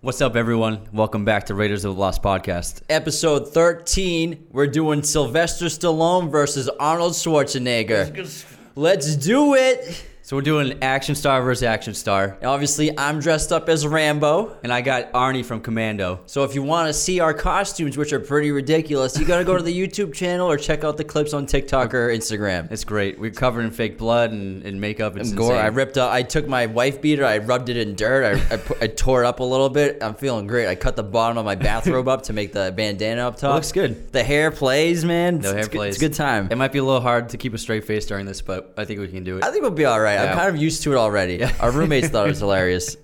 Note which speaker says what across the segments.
Speaker 1: What's up, everyone? Welcome back to Raiders of the Lost podcast. Episode 13, we're doing Sylvester Stallone versus Arnold Schwarzenegger. Let's do it. So, we're doing action star versus action star. And obviously, I'm dressed up as Rambo, and I got Arnie from Commando. So, if you want to see our costumes, which are pretty ridiculous, you got to go to the YouTube channel or check out the clips on TikTok or Instagram. It's great. We're covered in fake blood and, and makeup. It's
Speaker 2: And gore.
Speaker 1: insane.
Speaker 2: I
Speaker 1: ripped up. I took my wife beater. I rubbed it in dirt. I, I, put, I tore it up a little bit. I'm feeling great. I cut the bottom of my bathrobe up to make the bandana up top.
Speaker 2: looks good.
Speaker 1: The hair plays, man.
Speaker 2: The
Speaker 1: It's-
Speaker 2: hair
Speaker 1: it's good-
Speaker 2: plays.
Speaker 1: It's a good time.
Speaker 2: It might be a little hard to keep a straight face during this, but I think we can do it.
Speaker 1: I think we'll be all right.
Speaker 2: Yeah.
Speaker 1: I'm kind of used to it already. Our roommates thought it was hilarious.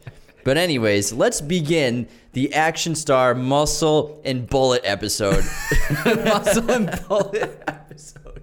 Speaker 1: But anyways, let's begin the action star muscle and bullet episode. muscle and bullet episode.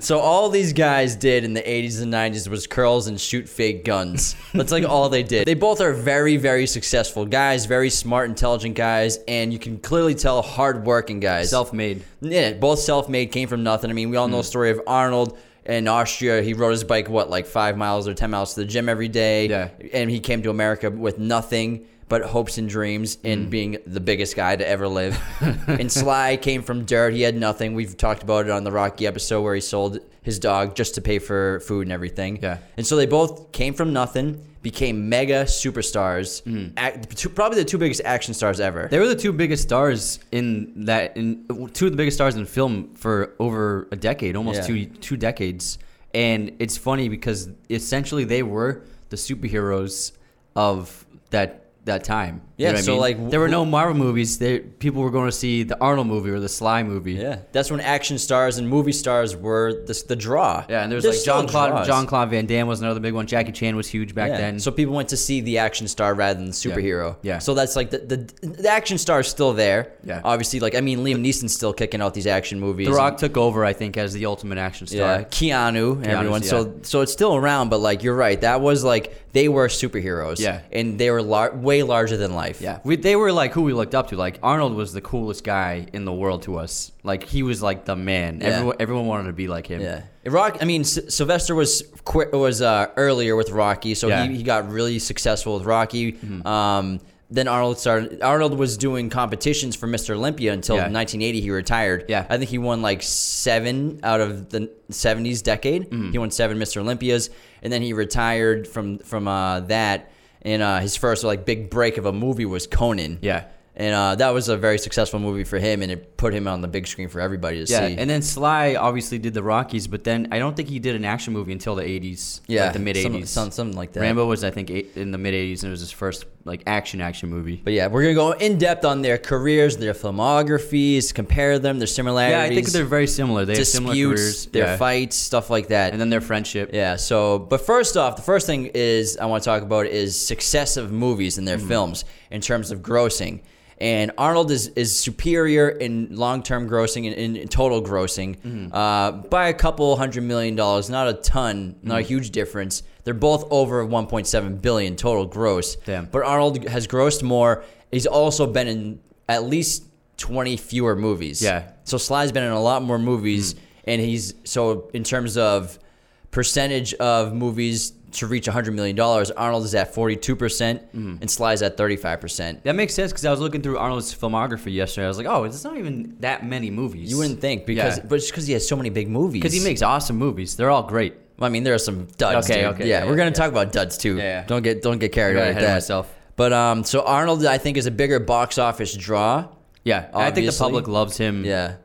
Speaker 1: So all these guys did in the 80s and 90s was curls and shoot fake guns. That's like all they did. They both are very, very successful guys, very smart, intelligent guys, and you can clearly tell hardworking guys.
Speaker 2: Self-made. Hmm.
Speaker 1: Yeah, both self-made, came from nothing. I mean, we all know the story of Arnold in Austria. He rode his bike what like five miles or ten miles to the gym every day.
Speaker 2: Yeah.
Speaker 1: and he came to America with nothing but hopes and dreams and
Speaker 2: Hmm.
Speaker 1: being the biggest guy to ever live. and Sly came from dirt. He had nothing. We've talked about it on the Rocky episode where he sold his dog just to pay for food and everything.
Speaker 2: Yeah.
Speaker 1: And so they both came from nothing, became mega superstars,
Speaker 2: Mm.
Speaker 1: act, two, probably the two biggest action stars ever.
Speaker 2: They were the two biggest stars in that in two of the biggest stars in film for over a decade, almost
Speaker 1: Yeah.
Speaker 2: two two decades. And it's funny because essentially they were the superheroes of that that time. You
Speaker 1: Yeah,
Speaker 2: know what I
Speaker 1: so,
Speaker 2: mean?
Speaker 1: like,
Speaker 2: there were
Speaker 1: wh-
Speaker 2: no Marvel movies. They, people were going to see the Arnold movie or the Sly movie.
Speaker 1: Yeah, that's when action stars and movie stars were the, the draw.
Speaker 2: Yeah, and there was
Speaker 1: They're
Speaker 2: like
Speaker 1: still
Speaker 2: John Claude
Speaker 1: draws.
Speaker 2: John Claude Van Damme was another big one. Jackie Chan was huge back
Speaker 1: Yeah.
Speaker 2: then.
Speaker 1: So people went to see the action star rather than the superhero.
Speaker 2: Yeah.
Speaker 1: So that's like the, the the action star is still there.
Speaker 2: Yeah.
Speaker 1: Obviously, like I mean, Liam Neeson's still kicking out these action movies.
Speaker 2: The Rock took over, I think, as the ultimate action star.
Speaker 1: Yeah, Keanu, and everyone.
Speaker 2: yeah.
Speaker 1: So, so it's still around, but like you're right, that was like they were superheroes.
Speaker 2: Yeah.
Speaker 1: and they were lar- way larger than life.
Speaker 2: Yeah, we, they were like who we looked up to. Like Arnold was the coolest guy in the world to us. Like he was like the man.
Speaker 1: Yeah.
Speaker 2: Everyone, everyone wanted to be like him.
Speaker 1: Yeah. Rock. I mean, S- Sylvester was qui- was uh, earlier with Rocky, so
Speaker 2: Yeah. Mm-hmm.
Speaker 1: he, he got really successful with Rocky. Um, then Arnold started. Arnold was doing competitions for Mr. Olympia until
Speaker 2: Yeah.
Speaker 1: 1980. He retired.
Speaker 2: Yeah.
Speaker 1: I think he won like seven out of the 70s decade.
Speaker 2: Mm-hmm.
Speaker 1: He won seven Mr. Olympias, and then he retired from from uh, that. And uh, his first like big break of a movie was Conan.
Speaker 2: Yeah.
Speaker 1: And uh, that was a very successful movie for him, and it put him on the big screen for everybody to
Speaker 2: Yeah,
Speaker 1: see.
Speaker 2: and then Sly obviously did the Rockies, but then I don't think he did an action movie until the '80s,
Speaker 1: yeah,
Speaker 2: like the mid
Speaker 1: some-
Speaker 2: '80s.
Speaker 1: some- something like that.
Speaker 2: Rambo was, I think, eight, in the mid '80s, and it was his first like action action movie.
Speaker 1: But yeah, we're gonna go in depth on their careers, their filmographies, compare them, their similarities,
Speaker 2: Yeah, I think they're very similar. They have similar
Speaker 1: disputes,
Speaker 2: careers.
Speaker 1: their
Speaker 2: yeah.
Speaker 1: fights, stuff like that.
Speaker 2: and then their friendship.
Speaker 1: yeah. So, but first off, the first thing is I want to talk about is success of movies and their films in terms of grossing. And Arnold is, is superior in long term grossing and in, in total grossing uh, by a couple hundred million dollars, not a ton, not a huge difference. They're both over 1.7 billion total gross.
Speaker 2: Damn.
Speaker 1: But Arnold has grossed more. He's also been in at least 20 fewer movies.
Speaker 2: Yeah. Mm.
Speaker 1: So Sly's been in a lot more movies, and he's so in terms of percentage of movies to reach 100 million dollars, Arnold is at 42 percent,
Speaker 2: Mm.
Speaker 1: and Sly's at 35 percent.
Speaker 2: That makes sense because I was looking through Arnold's filmography yesterday. I was like, oh, it's not even that many movies.
Speaker 1: You wouldn't think because,
Speaker 2: Yeah.
Speaker 1: but it's because he has so many big movies.
Speaker 2: because he makes awesome movies. They're all great.
Speaker 1: I mean, there are some duds.
Speaker 2: Okay,
Speaker 1: dude.
Speaker 2: okay,
Speaker 1: Yeah,
Speaker 2: yeah,
Speaker 1: we're gonna
Speaker 2: yeah.
Speaker 1: talk about duds too.
Speaker 2: Yeah, yeah.
Speaker 1: Don't get don't get carried
Speaker 2: Got
Speaker 1: away with
Speaker 2: ahead of
Speaker 1: that.
Speaker 2: myself.
Speaker 1: But um, so Arnold, I think, is a bigger box office draw.
Speaker 2: Yeah, I think the
Speaker 1: Obviously.
Speaker 2: public loves him.
Speaker 1: Yeah.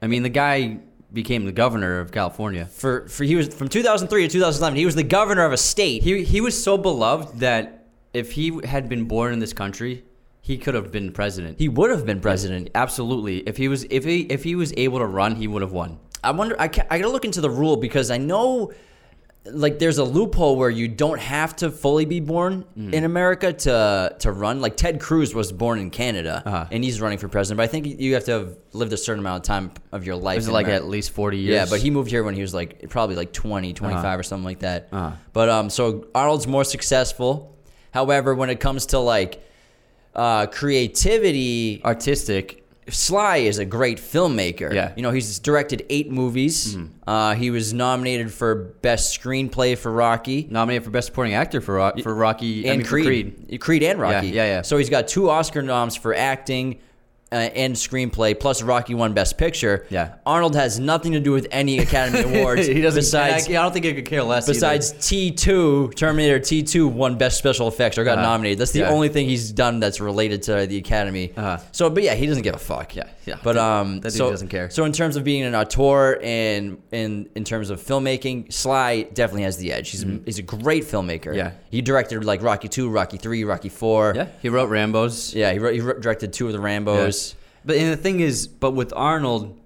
Speaker 2: I mean, the guy became the governor of California.
Speaker 1: For, for he was from 2003 to 2011. He was the governor of a state.
Speaker 2: He he was so beloved that if he had been born in this country, he could have been president.
Speaker 1: he would have been president.
Speaker 2: Absolutely. If he was if he if he was able to run, he would have won.
Speaker 1: I wonder. I, ca- I gotta look into the rule because I know, like, there's a loophole where you don't have to fully be born
Speaker 2: Hmm.
Speaker 1: in America to to run. Like Ted Cruz was born in Canada
Speaker 2: Uh-huh.
Speaker 1: and he's running for president, but I think you have to have lived a certain amount of time of your life.
Speaker 2: Is it
Speaker 1: in
Speaker 2: like
Speaker 1: America.
Speaker 2: at least forty years?
Speaker 1: Yeah, but he moved here when he was like probably like 20, 25 or something like that.
Speaker 2: Uh-huh.
Speaker 1: But um, so Arnold's more successful. However, when it comes to like uh, creativity
Speaker 2: artistic.
Speaker 1: Sly is a great filmmaker.
Speaker 2: Yeah. Mm-hmm.
Speaker 1: You know, he's directed eight movies. Uh, he was nominated for Best Screenplay for Rocky
Speaker 2: Nominated for Best Supporting Actor for Rock, for Rocky I
Speaker 1: and
Speaker 2: mean, for
Speaker 1: Creed. Creed. and Rocky.
Speaker 2: Yeah, yeah, yeah.
Speaker 1: So he's got two Oscar noms for acting uh, and screenplay, plus Rocky won Best Picture.
Speaker 2: Yeah.
Speaker 1: Arnold has nothing to do with any Academy Awards.
Speaker 2: he doesn't.
Speaker 1: Besides,
Speaker 2: I, I don't think he could care less. either.
Speaker 1: besides T2, Terminator T2 won Best Special Effects or got
Speaker 2: Uh-huh.
Speaker 1: nominated. That's the
Speaker 2: Yeah.
Speaker 1: only thing he's done that's related to the Academy.
Speaker 2: Uh-huh.
Speaker 1: So, but yeah, he doesn't give a fuck.
Speaker 2: Yeah, yeah.
Speaker 1: But
Speaker 2: That-
Speaker 1: um,
Speaker 2: that dude
Speaker 1: so,
Speaker 2: doesn't care.
Speaker 1: So in terms of being an auteur and in in terms of filmmaking, Sly definitely has the edge. He's a, he's a great filmmaker.
Speaker 2: Mm-hmm. Yeah.
Speaker 1: he directed like Rocky two, Rocky three, Rocky four.
Speaker 2: yeah, he wrote Rambo's.
Speaker 1: yeah. He, wrote, he wrote- directed two of the Rambo's.
Speaker 2: Yes. But and the thing is, but with Arnold,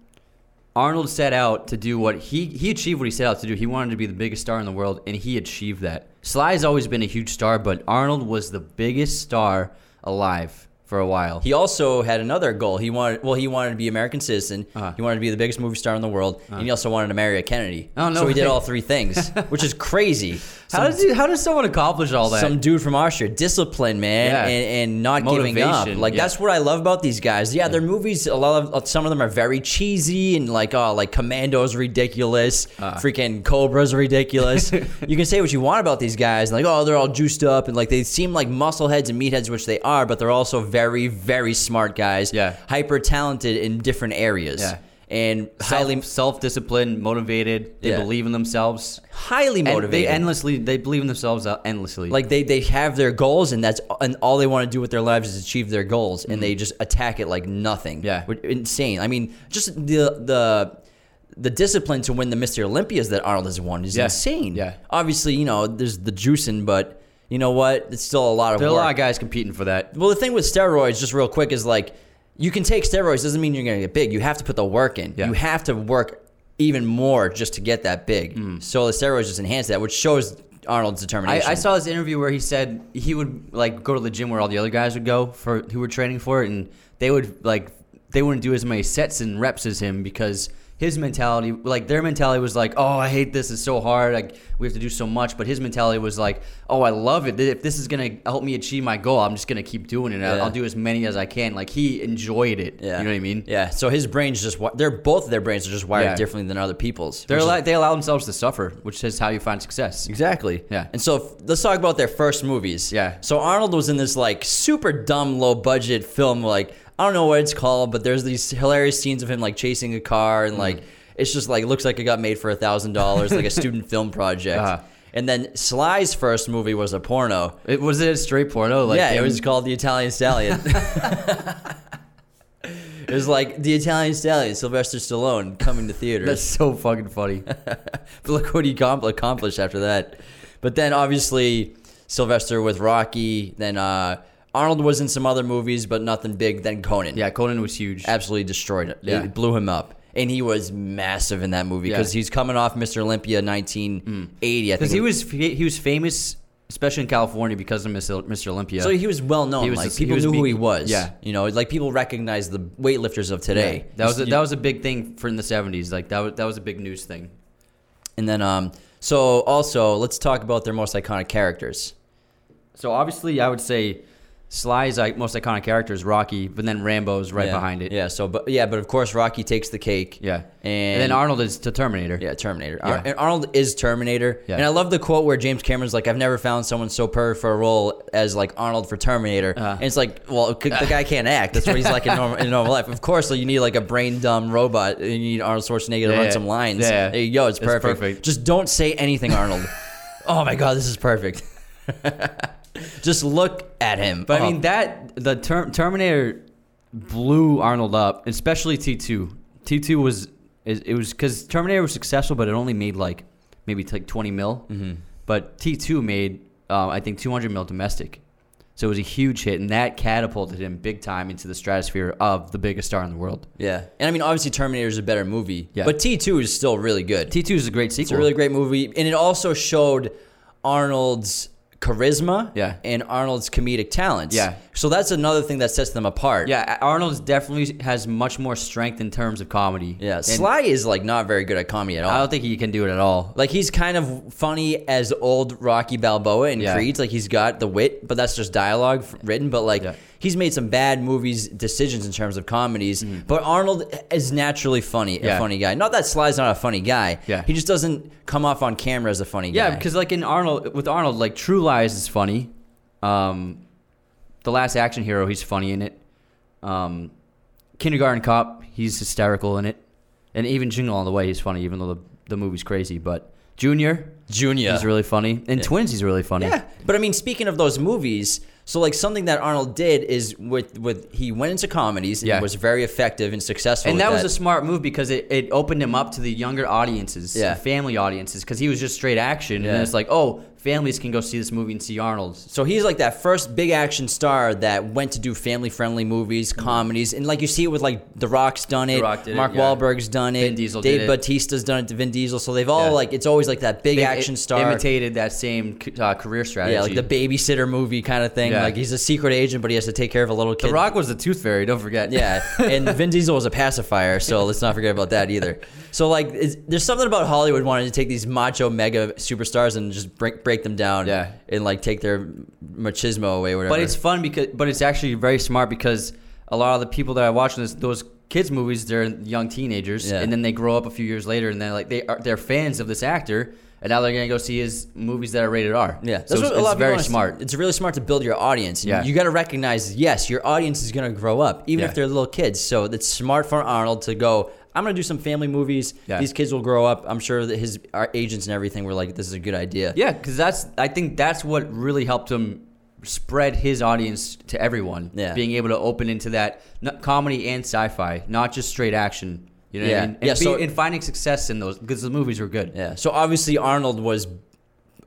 Speaker 2: Arnold set out to do what he he achieved what he set out to do. He wanted to be the biggest star in the world, and he achieved that. Sly's always been a huge star, but Arnold was the biggest star alive for a while.
Speaker 1: He also had another goal. He wanted well, he wanted to be American citizen.
Speaker 2: Uh-huh.
Speaker 1: He wanted to be the biggest movie star in the world, and he also wanted to marry a Kennedy.
Speaker 2: Oh, no
Speaker 1: So he did
Speaker 2: way.
Speaker 1: all three things, which is crazy.
Speaker 2: how does he, how does someone accomplish all that?
Speaker 1: some dude from Austria. Discipline, man,
Speaker 2: Yeah.
Speaker 1: and, and not giving up.
Speaker 2: Motivation,
Speaker 1: Like
Speaker 2: yeah.
Speaker 1: that's what I love about these guys. Yeah, their movies. A lot of uh, some of them are very cheesy and like oh, like Commando's ridiculous,
Speaker 2: Uh.
Speaker 1: freaking Cobra's ridiculous. you can say what you want about these guys, like oh, they're all juiced up and like they seem like muscleheads and meatheads, which they are, but they're also very, very smart guys.
Speaker 2: Yeah.
Speaker 1: hyper talented in different areas.
Speaker 2: Yeah.
Speaker 1: And highly,
Speaker 2: highly self disciplined, motivated. They
Speaker 1: Yeah.
Speaker 2: believe in themselves.
Speaker 1: highly
Speaker 2: And
Speaker 1: motivated.
Speaker 2: they endlessly they believe in themselves uh, endlessly.
Speaker 1: like they they have their goals and that's and all they want to do with their lives is achieve their goals and they just attack it like nothing
Speaker 2: Mm-hmm. Yeah.
Speaker 1: Which- insane i mean just the the the discipline to win the Mr. Olympias that Arnold has won is
Speaker 2: Yeah.
Speaker 1: insane.
Speaker 2: Yeah.
Speaker 1: Obviously, you know, there's the juicing, but you know what? It's still a lot of
Speaker 2: there are a
Speaker 1: work.
Speaker 2: lot of guys competing for that.
Speaker 1: Well, the thing with steroids, just real quick, is like you can take steroids doesn't mean you're going to get big. You have to put the work in.
Speaker 2: Yeah.
Speaker 1: You have to work even more just to get that big. So the steroids just enhance that, which shows Arnold's
Speaker 2: I,
Speaker 1: determination.
Speaker 2: Mm. I saw this interview where he said he would like go to the gym where all the other guys would go for who were training for it, and they would like they wouldn't do as many sets and reps as him because his mentality, like their mentality, was like, "Oh, I hate this. It's so hard. Like we have to do so much." But his mentality was like, "Oh, I love it. If this is gonna help me achieve my goal, I'm just gonna keep doing it. I'll-
Speaker 1: Yeah.
Speaker 2: I'll do as many as I can." Like he enjoyed it.
Speaker 1: Yeah.
Speaker 2: You know what I mean?
Speaker 1: Yeah. So his brain's just wi- they're both of their brains are just wired
Speaker 2: Yeah.
Speaker 1: differently than other people's.
Speaker 2: They're
Speaker 1: which is-
Speaker 2: allow, they allow themselves to suffer, which is how you find success.
Speaker 1: exactly.
Speaker 2: Yeah.
Speaker 1: And so if, let's talk about their first movies.
Speaker 2: Yeah.
Speaker 1: So Arnold was in this like super dumb low budget film like I don't know what it's called, but there's these hilarious scenes of him like chasing a car
Speaker 2: Mm.
Speaker 1: and like it's just like looks like it got made for a thousand dollars like a student film project.
Speaker 2: Uh-huh.
Speaker 1: And then Sly's first movie was a porno.
Speaker 2: It was it a straight porno? Like
Speaker 1: yeah, it
Speaker 2: him-
Speaker 1: was called the Italian Stallion. it was like the Italian Stallion, Sylvester Stallone coming to theaters.
Speaker 2: That's so fucking funny.
Speaker 1: but look what he com- accomplished after that. But then obviously Sylvester with Rocky. Then uh, Arnold was in some other movies, but nothing big. Then Conan,
Speaker 2: Yeah, Conan was huge.
Speaker 1: absolutely destroyed it.
Speaker 2: Yeah.
Speaker 1: It blew him up. And he was massive in that movie
Speaker 2: Yeah.
Speaker 1: because he's coming off Mr. Olympia 1980. I think
Speaker 2: Because he
Speaker 1: it Mm. was-
Speaker 2: was fa- he was famous, especially in California, because of Mr. Mr. Olympia.
Speaker 1: So he was well known.
Speaker 2: He was
Speaker 1: like
Speaker 2: just- he
Speaker 1: people
Speaker 2: was
Speaker 1: knew who
Speaker 2: big-
Speaker 1: he was.
Speaker 2: yeah.
Speaker 1: you know, like people recognize the weightlifters of
Speaker 2: Yeah.
Speaker 1: today.
Speaker 2: that was a,
Speaker 1: You-
Speaker 2: that was a big thing for in the seventies. Like that was that was a big news thing.
Speaker 1: And then, um, so also let's talk about their most iconic characters.
Speaker 2: So obviously, I would say Sly's like, most iconic character is Rocky, but then Rambo's right
Speaker 1: Yeah.
Speaker 2: behind it.
Speaker 1: Yeah. So, but yeah, but of course Rocky takes the cake.
Speaker 2: yeah.
Speaker 1: And,
Speaker 2: And then Arnold is the Terminator.
Speaker 1: Yeah, Terminator.
Speaker 2: Yeah.
Speaker 1: Ar- and Arnold is Terminator.
Speaker 2: Yeah.
Speaker 1: And I love the quote where James Cameron's like, "I've never found someone so perfect for a role as like Arnold for Terminator."
Speaker 2: Uh-huh.
Speaker 1: and it's like, well, c- the guy can't act. That's what he's like in normal, in normal life. Of course, so you need like a brain dumb robot. And you need Arnold Schwarzenegger to
Speaker 2: Yeah,
Speaker 1: run
Speaker 2: yeah.
Speaker 1: some lines.
Speaker 2: Yeah.
Speaker 1: There you go. It's
Speaker 2: It's
Speaker 1: perfect.
Speaker 2: perfect.
Speaker 1: Just don't say anything, Arnold. oh my God, this is perfect. Just look at him.
Speaker 2: But
Speaker 1: Oh.
Speaker 2: I mean that the term Terminator blew Arnold up, especially T two. T two was is- it was because Terminator was successful, but it only made like maybe like twenty mil. Mm-hmm. But T two made uh, I think two hundred mil domestic, so it was a huge hit, and that catapulted him big time into the stratosphere of the biggest star in the world.
Speaker 1: yeah. And I mean, obviously, Terminator is a better movie.
Speaker 2: Yeah.
Speaker 1: But T two is still really good.
Speaker 2: T two is a great
Speaker 1: It's
Speaker 2: sequel.
Speaker 1: a really great movie, and it also showed Arnold's charisma
Speaker 2: Yeah.
Speaker 1: and Arnold's comedic talents.
Speaker 2: Yeah.
Speaker 1: So that's another thing that sets them apart.
Speaker 2: yeah, Arnold definitely has much more strength in terms of comedy.
Speaker 1: Yeah.
Speaker 2: And
Speaker 1: Sly is like not very good at comedy at all.
Speaker 2: I don't think he can do it at all.
Speaker 1: like he's kind of funny as old Rocky Balboa in
Speaker 2: Yeah.
Speaker 1: Creed. Like he's got the wit, but that's just dialogue f- written. But like
Speaker 2: Yeah.
Speaker 1: he's made some bad movies decisions in terms of comedies, but Arnold is naturally funny, a
Speaker 2: Mm-hmm. Yeah.
Speaker 1: funny guy. Not that Sly's not a funny guy.
Speaker 2: Yeah.
Speaker 1: He just doesn't come off on camera as a funny guy.
Speaker 2: Yeah, because like in Arnold, with Arnold, like True Lies is funny. Um, the Last Action Hero, he's funny in it. Um, Kindergarten Cop, he's hysterical in it, and even Jingle All the Way, he's funny, even though the the movie's crazy. But Junior,
Speaker 1: Junior.
Speaker 2: he's really funny, and Twins, he's really funny.
Speaker 1: Yeah, but I mean, speaking of those movies, so like something that Arnold did is with with he went into comedies and
Speaker 2: Yeah.
Speaker 1: was very effective and successful.
Speaker 2: And
Speaker 1: with
Speaker 2: that was a smart move because it, it opened him up to the younger audiences,
Speaker 1: Yeah.
Speaker 2: yeah. family audiences, because he was just straight action.
Speaker 1: Yeah.
Speaker 2: And it's like, oh, families can go see this movie and see Arnold.
Speaker 1: so he's like that first big action star that went to do family friendly movies, comedies, and like you see it with like The Rock's done it,
Speaker 2: Rock did it,
Speaker 1: Mark
Speaker 2: yeah.
Speaker 1: Wahlberg's done it,
Speaker 2: Vin Diesel
Speaker 1: Dave
Speaker 2: did it.
Speaker 1: Batista's done it, Vin Diesel. So they've all
Speaker 2: Yeah.
Speaker 1: like it's always like that big
Speaker 2: They
Speaker 1: action
Speaker 2: i-
Speaker 1: star.
Speaker 2: imitated that same c- uh, career strategy.
Speaker 1: yeah, like the babysitter movie kind of thing.
Speaker 2: Yeah.
Speaker 1: Like he's a secret agent, but he has to take care of a little kid.
Speaker 2: The Rock was the Tooth Fairy. Don't forget.
Speaker 1: Yeah, and Vin Diesel was a pacifier, so let's not forget about that either. So like, is, there's something about Hollywood wanting to take these macho mega superstars and just break break them down,
Speaker 2: Yeah.
Speaker 1: and like take their machismo away, whatever.
Speaker 2: but it's fun because, but it's actually very smart because a lot of the people that I watch in this, those kids movies, they're young teenagers,
Speaker 1: Yeah.
Speaker 2: and then they grow up a few years later, and they're like they are they're fans of this actor, and now they're gonna go see his movies that are rated R.
Speaker 1: yeah,
Speaker 2: so it's, it's
Speaker 1: people
Speaker 2: very
Speaker 1: wanna see.
Speaker 2: smart.
Speaker 1: It's really smart to build your audience.
Speaker 2: Yeah.
Speaker 1: you got to recognize, yes, your audience is gonna grow up, even
Speaker 2: Yeah.
Speaker 1: if they're little kids. So it's smart for Arnold to go. I'm gonna do some family movies.
Speaker 2: Yeah.
Speaker 1: These kids will grow up. I'm sure that his our agents and everything were like, this is a good idea.
Speaker 2: Yeah, because that's I think that's what really helped him spread his audience to everyone.
Speaker 1: Yeah.
Speaker 2: being able to open into that n- comedy and sci-fi, not just straight action. You know what
Speaker 1: Yeah.
Speaker 2: I mean? And,
Speaker 1: Yeah,
Speaker 2: be-
Speaker 1: so-
Speaker 2: and finding success in those because the movies were good.
Speaker 1: Yeah. So obviously Arnold was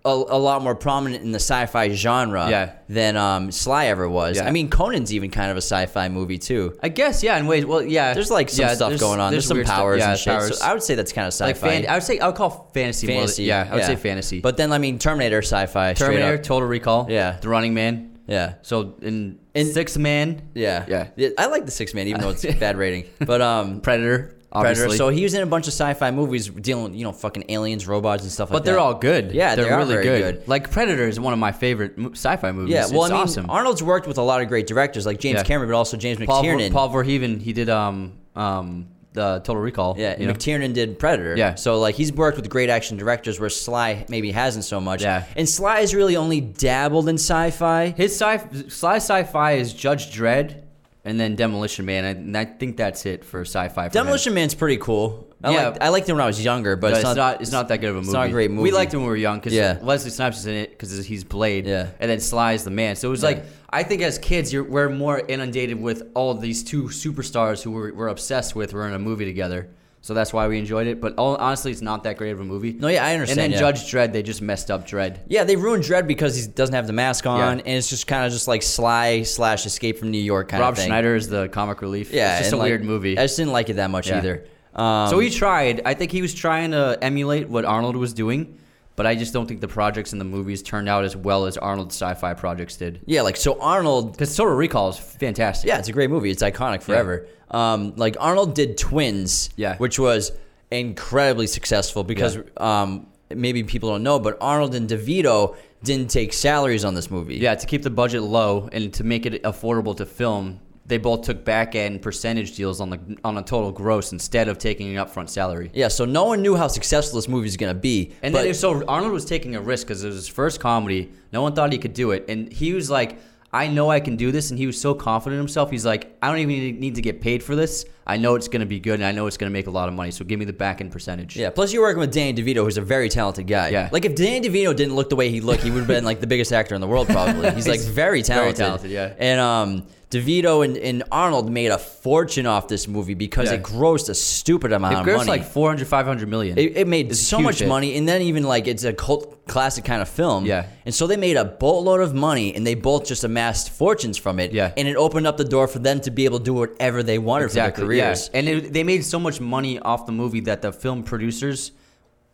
Speaker 1: a, a lot more prominent in the sci-fi genre
Speaker 2: Yeah.
Speaker 1: than um, Sly ever was.
Speaker 2: Yeah.
Speaker 1: I mean, Conan's even kind of a sci-fi movie too.
Speaker 2: I guess yeah. In ways, well, yeah.
Speaker 1: There's like some
Speaker 2: yeah,
Speaker 1: stuff
Speaker 2: there's-
Speaker 1: going on. There's, some
Speaker 2: weird stuff-
Speaker 1: powers
Speaker 2: yeah,
Speaker 1: and shit.
Speaker 2: powers.
Speaker 1: So I would say that's kind of sci-fi.
Speaker 2: like fan, I would say I would call fantasy. more than-
Speaker 1: fantasy.
Speaker 2: yeah, I would say fantasy.
Speaker 1: But then I mean, Terminator sci-fi. straight
Speaker 2: Terminator,
Speaker 1: up.
Speaker 2: Total Recall,
Speaker 1: Yeah.
Speaker 2: The Running Man.
Speaker 1: Yeah.
Speaker 2: So in,
Speaker 1: And-
Speaker 2: Sixth Man,
Speaker 1: Yeah.
Speaker 2: Yeah.
Speaker 1: I like the Six Man, even though it's a bad rating. But um.
Speaker 2: Predator, obviously.
Speaker 1: Predator. So he was in a bunch of sci-fi movies dealing with you know fucking aliens, robots, and stuff like
Speaker 2: but
Speaker 1: that.
Speaker 2: they're all good.
Speaker 1: Yeah,
Speaker 2: they're
Speaker 1: they are
Speaker 2: really
Speaker 1: very
Speaker 2: good.
Speaker 1: good.
Speaker 2: Like Predator is one of my favorite mo- sci-fi movies.
Speaker 1: Yeah, well,
Speaker 2: it's
Speaker 1: I mean,
Speaker 2: awesome.
Speaker 1: Arnold's worked with a lot of great directors like James
Speaker 2: Yeah.
Speaker 1: Cameron, but also James
Speaker 2: Paul,
Speaker 1: McTiernan.
Speaker 2: Ver, Paul Verhoeven, he did um um the Total Recall.
Speaker 1: Yeah,
Speaker 2: you know?
Speaker 1: McTiernan did Predator.
Speaker 2: Yeah.
Speaker 1: So like he's worked with great action directors where Sly maybe hasn't so much.
Speaker 2: Yeah.
Speaker 1: And Sly has really only dabbled in sci-fi.
Speaker 2: his sci sly sci-fi is Judge Dredd, and then Demolition Man, and I think that's it for sci-fi. For him.
Speaker 1: Demolition Man's pretty cool. I
Speaker 2: Yeah.
Speaker 1: liked, I liked him when I was younger, but
Speaker 2: But
Speaker 1: it's, not,
Speaker 2: it's not that good of a movie.
Speaker 1: not a great movie.
Speaker 2: We liked him when we were young because
Speaker 1: Yeah.
Speaker 2: Leslie Snipes is in it because he's Blade.
Speaker 1: Yeah.
Speaker 2: And then Sly is the man. So it was like I think as kids you're, we're more inundated with all of these two superstars who we're, we're obsessed with. We're in a movie together, so that's why we enjoyed it. But all, honestly, it's not that great of a movie.
Speaker 1: No, yeah, I
Speaker 2: And then
Speaker 1: understand. yeah.
Speaker 2: Judge Dredd, they just messed up Dredd.
Speaker 1: Yeah, they ruined Dredd because he doesn't have the mask on,
Speaker 2: Yeah.
Speaker 1: and it's just kind of just like Sly slash Escape from New York kind
Speaker 2: Rob
Speaker 1: of thing.
Speaker 2: Schneider is the comic relief.
Speaker 1: Yeah,
Speaker 2: it's just
Speaker 1: and,
Speaker 2: a
Speaker 1: like,
Speaker 2: weird movie.
Speaker 1: I just didn't like it that much
Speaker 2: Yeah.
Speaker 1: either. Um,
Speaker 2: so he tried. I think he was trying to emulate what Arnold was doing, but I just don't think the projects in the movies turned out as well as Arnold's sci-fi projects did.
Speaker 1: yeah, like so Arnold
Speaker 2: Because Total Recall is fantastic.
Speaker 1: Yeah, it's a great movie. It's iconic forever. Um, like Arnold did Twins,
Speaker 2: Yeah.
Speaker 1: which was incredibly successful because um, maybe people don't know, but Arnold and DeVito didn't take salaries on this movie.
Speaker 2: Yeah, to keep the budget low and to make it affordable to film, they both took back end percentage deals on the on a total gross instead of taking an upfront salary.
Speaker 1: yeah. So no one knew how successful this movie was gonna be.
Speaker 2: And
Speaker 1: but-
Speaker 2: then so Arnold was taking a risk because it was his first comedy. No one thought he could do it, and he was like, "I know I can do this," and he was so confident in himself. He's like, "I don't even need to get paid for this. I know it's going to be good, and I know it's going to make a lot of money. So give me the back end percentage."
Speaker 1: yeah. Plus, you're working with Danny DeVito, who's a very talented guy.
Speaker 2: Yeah.
Speaker 1: Like if Danny DeVito didn't look the way he looked, he would have been like the biggest actor in the world probably. He's like very talented.
Speaker 2: talented, yeah.
Speaker 1: And um, DeVito and, and Arnold made a fortune off this movie because
Speaker 2: Yeah.
Speaker 1: it grossed a stupid amount
Speaker 2: it
Speaker 1: of
Speaker 2: grossed
Speaker 1: money.
Speaker 2: like 400, 500 million.
Speaker 1: It, it made
Speaker 2: It's a
Speaker 1: so
Speaker 2: huge
Speaker 1: much
Speaker 2: hit.
Speaker 1: money, and then even like it's a cult classic kind of film.
Speaker 2: Yeah.
Speaker 1: And so they made a boatload of money, and they both just amassed fortunes from it.
Speaker 2: Yeah.
Speaker 1: And it opened up the door for them to be able to do whatever they wanted for their
Speaker 2: yeah.
Speaker 1: careers.
Speaker 2: And it, they made so much money off the movie that the film producers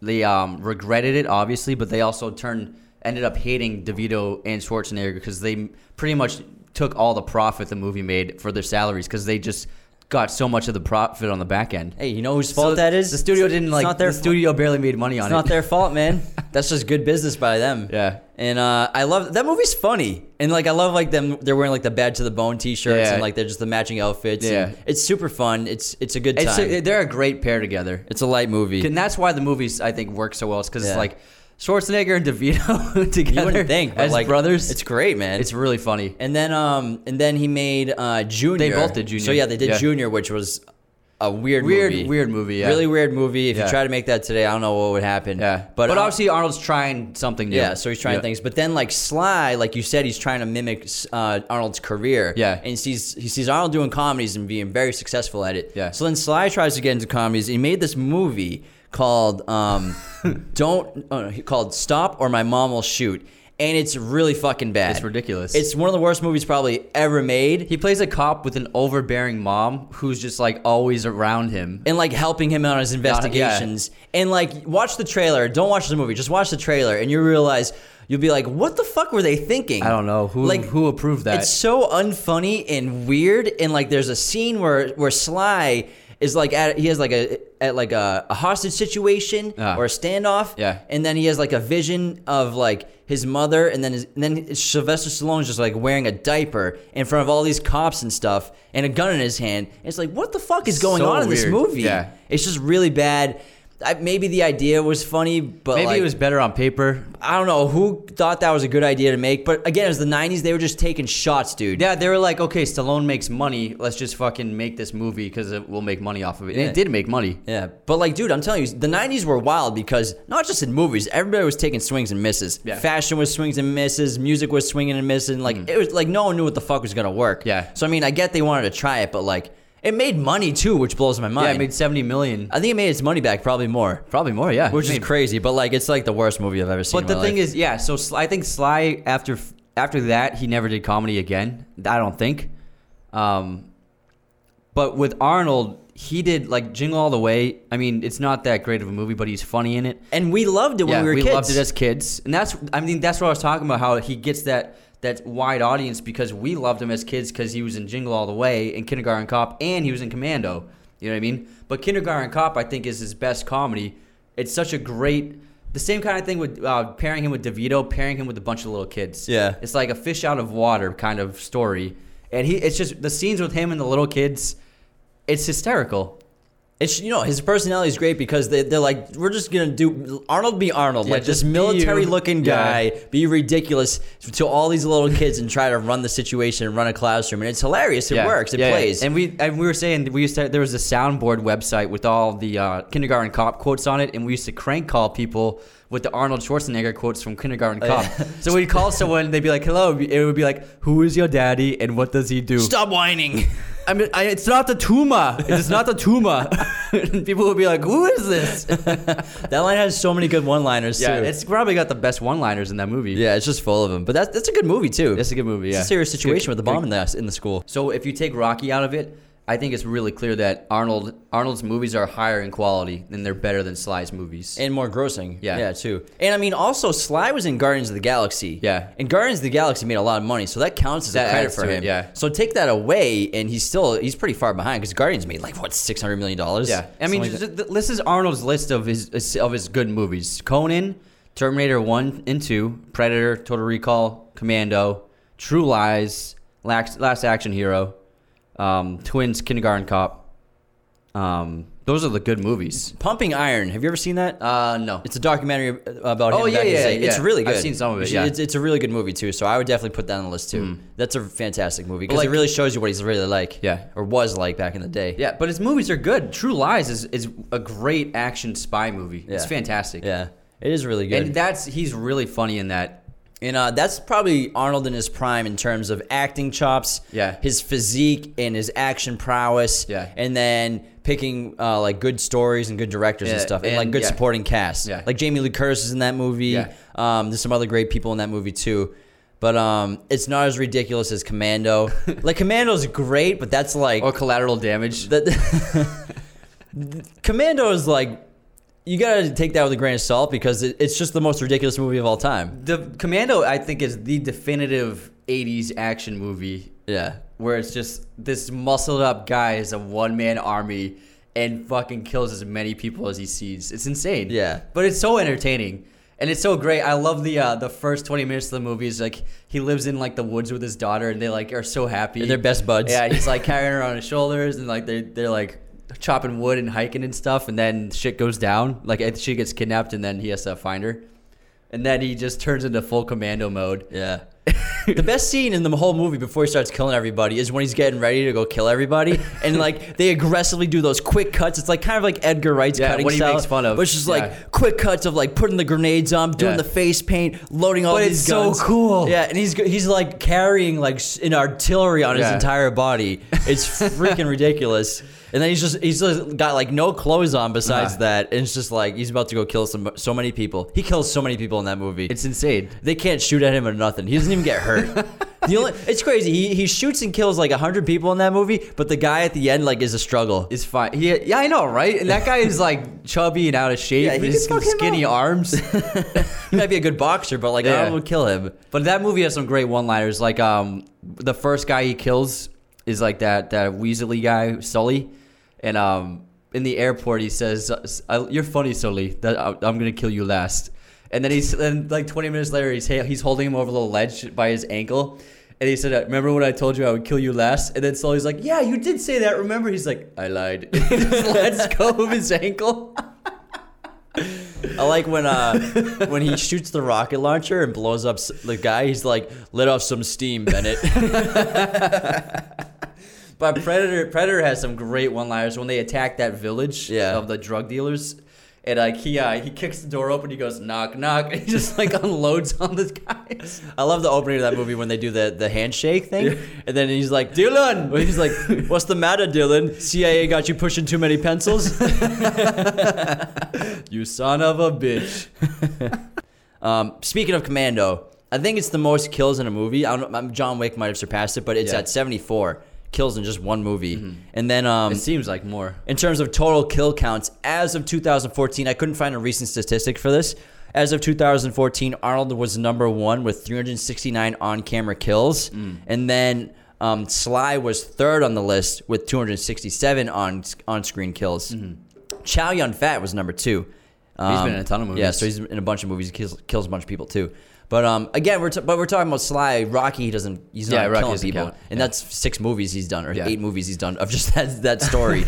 Speaker 2: they um, regretted it obviously, but they also turned ended up hating DeVito and Schwarzenegger because they pretty much took all the profit the movie made for their salaries because they just got so much of the profit on the back end.
Speaker 1: Hey, you know whose fault that is?
Speaker 2: The studio didn't
Speaker 1: It's
Speaker 2: like.
Speaker 1: not their
Speaker 2: the studio barely made money on
Speaker 1: It's
Speaker 2: it.
Speaker 1: not their fault, man. That's just good business by them.
Speaker 2: Yeah.
Speaker 1: And uh, I love that movie's funny, and like I love like them. They're wearing like the bad to the bone T-shirts,
Speaker 2: Yeah.
Speaker 1: and like they're just the matching outfits. and
Speaker 2: Yeah.
Speaker 1: it's super fun. It's it's a good time.
Speaker 2: It's
Speaker 1: It's
Speaker 2: a,
Speaker 1: a,
Speaker 2: they're a great pair together,
Speaker 1: light movie.
Speaker 2: and that's why the movies I think work so well. It's because
Speaker 1: Yeah.
Speaker 2: it's like Schwarzenegger and DeVito together.
Speaker 1: you wouldn't think, but
Speaker 2: as
Speaker 1: like
Speaker 2: brothers,
Speaker 1: it's great, man.
Speaker 2: it's really funny.
Speaker 1: and then um and then he made uh Junior.
Speaker 2: both did Junior.
Speaker 1: So yeah, they did
Speaker 2: Yeah.
Speaker 1: Junior, which was a weird
Speaker 2: Weird,
Speaker 1: movie.
Speaker 2: weird movie. Yeah.
Speaker 1: Really weird movie. If
Speaker 2: Yeah.
Speaker 1: you try to make that today, I don't know what would happen.
Speaker 2: Yeah.
Speaker 1: But,
Speaker 2: But,
Speaker 1: uh,
Speaker 2: obviously Arnold's trying something new.
Speaker 1: Yeah, so he's trying
Speaker 2: Yeah.
Speaker 1: things, but then like Sly, like you said, he's trying to mimic uh, Arnold's career.
Speaker 2: Yeah.
Speaker 1: and he sees he sees Arnold doing comedies and being very successful at it.
Speaker 2: Yeah.
Speaker 1: So then Sly tries to get into comedies. He made this movie called um, "Don't" oh, no, he called "Stop or My Mom Will Shoot," and it's really fucking bad.
Speaker 2: It's ridiculous.
Speaker 1: It's one of the worst movies probably ever made.
Speaker 2: He plays a cop with an overbearing mom who's just like always around him.
Speaker 1: And like helping him out on his investigations, and like watch the trailer. Don't watch the movie. Just watch the trailer, and you realize you'll be like, "What the fuck were they thinking?"
Speaker 2: I don't know who
Speaker 1: Like,
Speaker 2: who approved that.
Speaker 1: It's so unfunny and weird. And like, there's a scene where where Sly is like at he has like a at like a, a hostage situation
Speaker 2: Ah.
Speaker 1: or a standoff.
Speaker 2: Yeah.
Speaker 1: And then he has like a vision of like his mother, and then his, and then Sylvester Stallone's just like wearing a diaper in front of all these cops and stuff, and a gun in his hand. And it's like, what the fuck is going
Speaker 2: So
Speaker 1: on in this
Speaker 2: weird.
Speaker 1: movie?
Speaker 2: Yeah.
Speaker 1: It's just really bad. I, maybe the idea was funny, but
Speaker 2: Maybe
Speaker 1: like,
Speaker 2: it was better on paper.
Speaker 1: I don't know who thought that was a good idea to make, but again, it was the '90s. They were just taking shots, dude.
Speaker 2: Yeah, they were like, okay, Stallone makes money. Let's just fucking make this movie because we'll make money off of it. And
Speaker 1: Yeah.
Speaker 2: it did make money.
Speaker 1: Yeah, but like, dude, I'm telling you, the '90s were wild because not just in movies, everybody was taking swings and misses.
Speaker 2: Yeah. Mm-hmm.
Speaker 1: Fashion was swings and misses. Music was swinging and missing. Like it was like no one knew what the fuck was gonna work.
Speaker 2: Yeah.
Speaker 1: So I mean, I get they wanted to try it, but like it made money too, which blows my mind.
Speaker 2: Yeah, it made 70 million.
Speaker 1: I think it made its money back, probably more,
Speaker 2: Probably more, yeah.
Speaker 1: which
Speaker 2: It
Speaker 1: is
Speaker 2: made-
Speaker 1: crazy. But like, it's like the worst movie I've ever seen.
Speaker 2: But the thing is, yeah, so Sly, I think Sly, after after that, he never did comedy again. I don't think. Um, but with Arnold, he did like Jingle All the Way. I mean, it's not that great of a movie, but he's funny in it.
Speaker 1: and we loved it when
Speaker 2: yeah,
Speaker 1: we
Speaker 2: we,
Speaker 1: were kids.
Speaker 2: loved it as kids, and that's I mean that's what I was talking about. How he gets that that wide audience because we loved him as kids because he was in Jingle All the Way in Kindergarten Cop, and he was in Commando. You know what I mean? But Kindergarten Cop, I think, is his best comedy. It's such a great. The same kind of thing with uh, pairing him with DeVito, pairing him with a bunch of little kids.
Speaker 1: Yeah.
Speaker 2: it's like a fish out of water kind of story, and he. It's just the scenes with him and the little kids. It's hysterical.
Speaker 1: It's you know his personality is great because they they're like we're just gonna do Arnold be Arnold
Speaker 2: Yeah,
Speaker 1: like this
Speaker 2: just be
Speaker 1: military
Speaker 2: you.
Speaker 1: looking guy
Speaker 2: Yeah.
Speaker 1: be ridiculous to all these little kids and try to run the situation and run a classroom and it's hilarious it
Speaker 2: Yeah.
Speaker 1: works it
Speaker 2: Yeah, yeah.
Speaker 1: plays
Speaker 2: And we and we were saying that we used to there was a soundboard website with all the uh, kindergarten cop quotes on it, and we used to crank call people with the Arnold Schwarzenegger quotes from Kindergarten Cop. so we'd call someone, they'd be like, "Hello," it would be like, "Who is your daddy and what does he do?"
Speaker 1: stop whining
Speaker 2: I mean, I, it's not the tumor. It's not the tumor. And people would be like, "Who is this?"
Speaker 1: that line has so many good one liners
Speaker 2: yeah,
Speaker 1: too
Speaker 2: it's probably got the best one-liners in that movie.
Speaker 1: yeah it's just full of them but that's that's a good movie too
Speaker 2: it's a good movie. Yeah,
Speaker 1: it's a serious situation with the bomb
Speaker 2: Good-
Speaker 1: in the in the school
Speaker 2: So if you take Rocky out of it, I think it's really clear that Arnold Arnold's movies are higher in quality and they're better than Sly's movies.
Speaker 1: And more grossing.
Speaker 2: Yeah.
Speaker 1: Yeah, too. And I mean, also, Sly was in Guardians of the Galaxy.
Speaker 2: Yeah.
Speaker 1: And Guardians of the Galaxy made a lot of money, so that counts as a
Speaker 2: That
Speaker 1: credit
Speaker 2: adds
Speaker 1: for
Speaker 2: to it,
Speaker 1: him.
Speaker 2: yeah.
Speaker 1: So take that away, and he's still, he's pretty far behind because Guardians made like, what, $600 million?
Speaker 2: yeah, I
Speaker 1: Something
Speaker 2: mean,
Speaker 1: like
Speaker 2: just-
Speaker 1: that.
Speaker 2: th- this is Arnold's list of his of his good movies: Conan, Terminator One and Two, Predator, Total Recall, Commando, True Lies, Last, Last Action Hero, um, Twins, Kindergarten Cop. Um, those are the good movies.
Speaker 1: Pumping Iron. Have you ever seen that?
Speaker 2: Uh, no,
Speaker 1: It's a documentary about him.
Speaker 2: Oh, yeah,
Speaker 1: back in the
Speaker 2: yeah,
Speaker 1: day. It's
Speaker 2: yeah.
Speaker 1: really
Speaker 2: I've
Speaker 1: good.
Speaker 2: seen some of
Speaker 1: You
Speaker 2: it,
Speaker 1: should-
Speaker 2: yeah. Hmm.
Speaker 1: It's, it's a really good movie, too, so I would definitely put that on the list, too. That's a fantastic movie because it
Speaker 2: like-
Speaker 1: really shows you what he's really like.
Speaker 2: Yeah.
Speaker 1: Or was like back in the day.
Speaker 2: Yeah, but his movies are good. True Lies is, is a great action spy movie. It's
Speaker 1: Yeah.
Speaker 2: fantastic.
Speaker 1: Yeah. It is really good.
Speaker 2: And that's he's really funny in that.
Speaker 1: And uh, that's probably Arnold in his prime in terms of acting chops,
Speaker 2: Yeah.
Speaker 1: his physique and his action prowess,
Speaker 2: Yeah.
Speaker 1: and then picking uh, like good stories and good directors and
Speaker 2: Yeah,
Speaker 1: stuff, and,
Speaker 2: and-
Speaker 1: like good
Speaker 2: yeah.
Speaker 1: supporting cast.
Speaker 2: Yeah.
Speaker 1: Like Jamie Lee Curtis is in that movie.
Speaker 2: Yeah.
Speaker 1: Um, there's some other great people in that movie too, but um, it's not as ridiculous as Commando. like Commando's great, but that's like
Speaker 2: Or oh, collateral damage.
Speaker 1: that Commando is like you gotta take that with a grain of salt because it, it's just the most ridiculous movie of all time.
Speaker 2: The Commando I think is the definitive 80s action movie.
Speaker 1: Yeah.
Speaker 2: where it's just this muscled up guy is a one man army and fucking kills as many people as he sees. It's insane.
Speaker 1: Yeah.
Speaker 2: But it's so entertaining. And it's so great. I love the uh, the first twenty minutes of the movie is like he lives in like the woods with his daughter, and they like are so happy.
Speaker 1: And they're best buds.
Speaker 2: Yeah, he's like carrying her on his shoulders, and like they they're like chopping wood and hiking and stuff. And then shit goes down. Like and she gets kidnapped, and then he has to find her. And then he just turns into full commando mode.
Speaker 1: Yeah. the best scene in the whole movie before he starts killing everybody is when he's getting ready to go kill everybody, and like they aggressively do those quick cuts. It's like kind of like Edgar Wright's
Speaker 2: Yeah,
Speaker 1: cutting
Speaker 2: what he
Speaker 1: style,
Speaker 2: makes fun of.
Speaker 1: but it's just
Speaker 2: Yeah.
Speaker 1: like quick cuts of like putting the grenades on, doing
Speaker 2: Yeah.
Speaker 1: the face paint, loading all
Speaker 2: But
Speaker 1: these
Speaker 2: it's so
Speaker 1: guns.
Speaker 2: cool.
Speaker 1: Yeah, and he's go- he's like carrying like s- an artillery on his
Speaker 2: Yeah.
Speaker 1: entire body. It's freaking ridiculous. And then he's just he's just got like no clothes on besides
Speaker 2: Uh-huh.
Speaker 1: that, and it's just like he's about to go kill some so many people. He kills so many people in that movie.
Speaker 2: It's insane.
Speaker 1: They can't shoot at him or nothing. He doesn't even get hurt. the only, it's crazy. He, he shoots and kills like 100 people in that movie, but the guy at the end like is a struggle.
Speaker 2: It's fine. He, yeah, I know, right? And that guy is like chubby and out of shape.
Speaker 1: Yeah, he
Speaker 2: with his
Speaker 1: could fuck him
Speaker 2: skinny
Speaker 1: up.
Speaker 2: arms.
Speaker 1: he might be a good boxer, but like I
Speaker 2: Yeah.
Speaker 1: would kill him.
Speaker 2: But that movie has some great one-liners. Like um, the first guy he kills is like that that Weasley guy Sully, and um, in the airport he says, "I- "You're funny, Sully. That I- I'm gonna kill you last." And then he's and like 20 minutes later he's he's holding him over the ledge by his ankle. And he said, "Uh, "Remember when I told you I would kill you last?" And then Sully's like, "Yeah, you did say that. Remember?" He's like, "I lied." Let's go of his ankle.
Speaker 1: I like when uh when he shoots the rocket launcher and blows up s- the guy. He's like, "Let off some steam, Bennett."
Speaker 2: But Predator Predator has some great one-liners when they attack that village
Speaker 1: Yeah.
Speaker 2: of the drug dealers. And like he uh, he kicks the door open, he goes knock knock, and he just like unloads on the guys.
Speaker 1: I love the opening of that movie when they do the, the handshake thing, and then he's like, "Dylan," he's like, "What's the matter, Dylan? CIA got you pushing too many pencils?"
Speaker 2: You son of a bitch.
Speaker 1: Um, speaking of Commando, I think it's the most kills in a movie. I don't, I'm, John Wick might have surpassed it, but it's
Speaker 2: Yeah. Mm-hmm.
Speaker 1: at 74 kills in just one movie. And then um,
Speaker 2: It seems like more.
Speaker 1: in terms of total kill counts, as of 2014, I couldn't find a recent statistic for this. As of 2014, Arnold was number one with 369 on camera kills.
Speaker 2: Mm.
Speaker 1: And then um, Sly was third on the list with 267 on on screen kills. Chow Yun Fat was number two.
Speaker 2: Mm-hmm.
Speaker 1: Um,
Speaker 2: He's been in a ton of movies.
Speaker 1: Yeah, so he's in a bunch of movies. He kills, kills a bunch of people too. But um, again, we're t- but we're talking about Sly. Rocky, he doesn't. He's
Speaker 2: Yeah,
Speaker 1: not
Speaker 2: Rocky
Speaker 1: killing
Speaker 2: doesn't
Speaker 1: people,
Speaker 2: count.
Speaker 1: and
Speaker 2: Yeah.
Speaker 1: that's six movies he's done or
Speaker 2: Yeah.
Speaker 1: eight movies he's done of just that that story.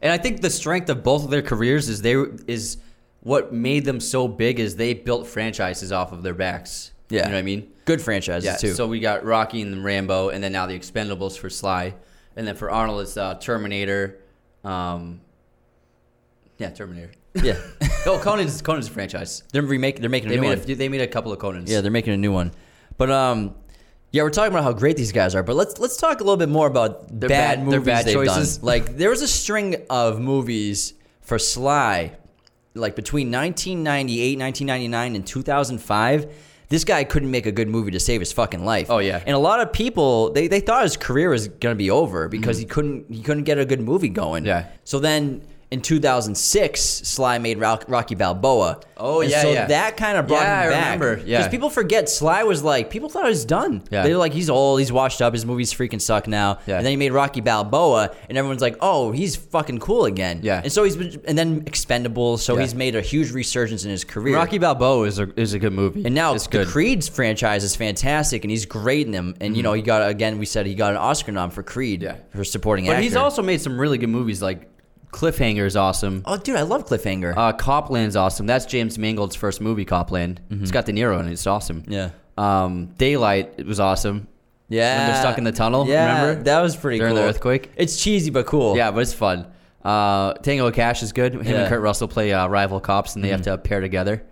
Speaker 2: And I think the strength of both of their careers is they is what made them so big is they built franchises off of their backs.
Speaker 1: Yeah.
Speaker 2: You know what I mean?
Speaker 1: good franchises too.
Speaker 2: So we got Rocky and Rambo, and then now the Expendables for Sly, and then for Arnold it's uh, Terminator. Um, yeah, Terminator.
Speaker 1: yeah,
Speaker 2: oh, Conan's Conan's a franchise.
Speaker 1: they're remaking. They're making a
Speaker 2: They
Speaker 1: new
Speaker 2: made
Speaker 1: one.
Speaker 2: a, few- they made a couple of Conans.
Speaker 1: yeah, they're making a new one. But um, yeah, we're talking about how great these guys are. But let's let's talk a little bit more about
Speaker 2: Their bad-
Speaker 1: bad
Speaker 2: their
Speaker 1: movies
Speaker 2: bad
Speaker 1: they've
Speaker 2: choices.
Speaker 1: done. Like there was a string of movies for Sly, like between 1998, 1999, and 2005. This guy couldn't make a good movie to save his fucking life.
Speaker 2: Oh, yeah.
Speaker 1: and a lot of people they, they thought his career was gonna be over because he couldn't he couldn't get a good movie going.
Speaker 2: Mm-hmm. Yeah.
Speaker 1: So then in 2006, Sly made Rock- Rocky Balboa.
Speaker 2: Oh,
Speaker 1: And
Speaker 2: yeah,
Speaker 1: So
Speaker 2: yeah.
Speaker 1: that kind of brought
Speaker 2: Yeah,
Speaker 1: him
Speaker 2: I
Speaker 1: back.
Speaker 2: remember. Yeah.
Speaker 1: people forget Sly was like people thought he was done.
Speaker 2: Yeah.
Speaker 1: They're like he's old, he's washed up, his movies freaking suck now.
Speaker 2: Yeah.
Speaker 1: And then he made Rocky Balboa, and everyone's like, oh, he's fucking cool again.
Speaker 2: Yeah.
Speaker 1: And so he's been, and then Expendable, so
Speaker 2: Yeah.
Speaker 1: he's made a huge resurgence in his career.
Speaker 2: Rocky Balboa is a is a good movie,
Speaker 1: And now
Speaker 2: it's
Speaker 1: the
Speaker 2: good.
Speaker 1: Creed's franchise is fantastic, and he's great in them. And you know, he got again. We said he got an Oscar nom for Creed
Speaker 2: Mm-hmm. Yeah.
Speaker 1: for supporting
Speaker 2: but
Speaker 1: actor.
Speaker 2: he's also made some really good movies like Cliffhanger is awesome.
Speaker 1: oh, dude, I love Cliffhanger.
Speaker 2: Uh, Copland's awesome. That's James Mangold's first movie, Copland. It's got De Niro in it. It's awesome.
Speaker 1: yeah,
Speaker 2: Um, Daylight it was awesome.
Speaker 1: yeah.
Speaker 2: When they're stuck in the tunnel,
Speaker 1: Yeah,
Speaker 2: remember?
Speaker 1: that was pretty
Speaker 2: During
Speaker 1: cool.
Speaker 2: the earthquake?
Speaker 1: It's cheesy but cool.
Speaker 2: Yeah, but it's fun. Uh, Tango Cash is good. Him
Speaker 1: Yeah. Mm-hmm.
Speaker 2: and Kurt Russell play uh, rival cops, and they have to pair together.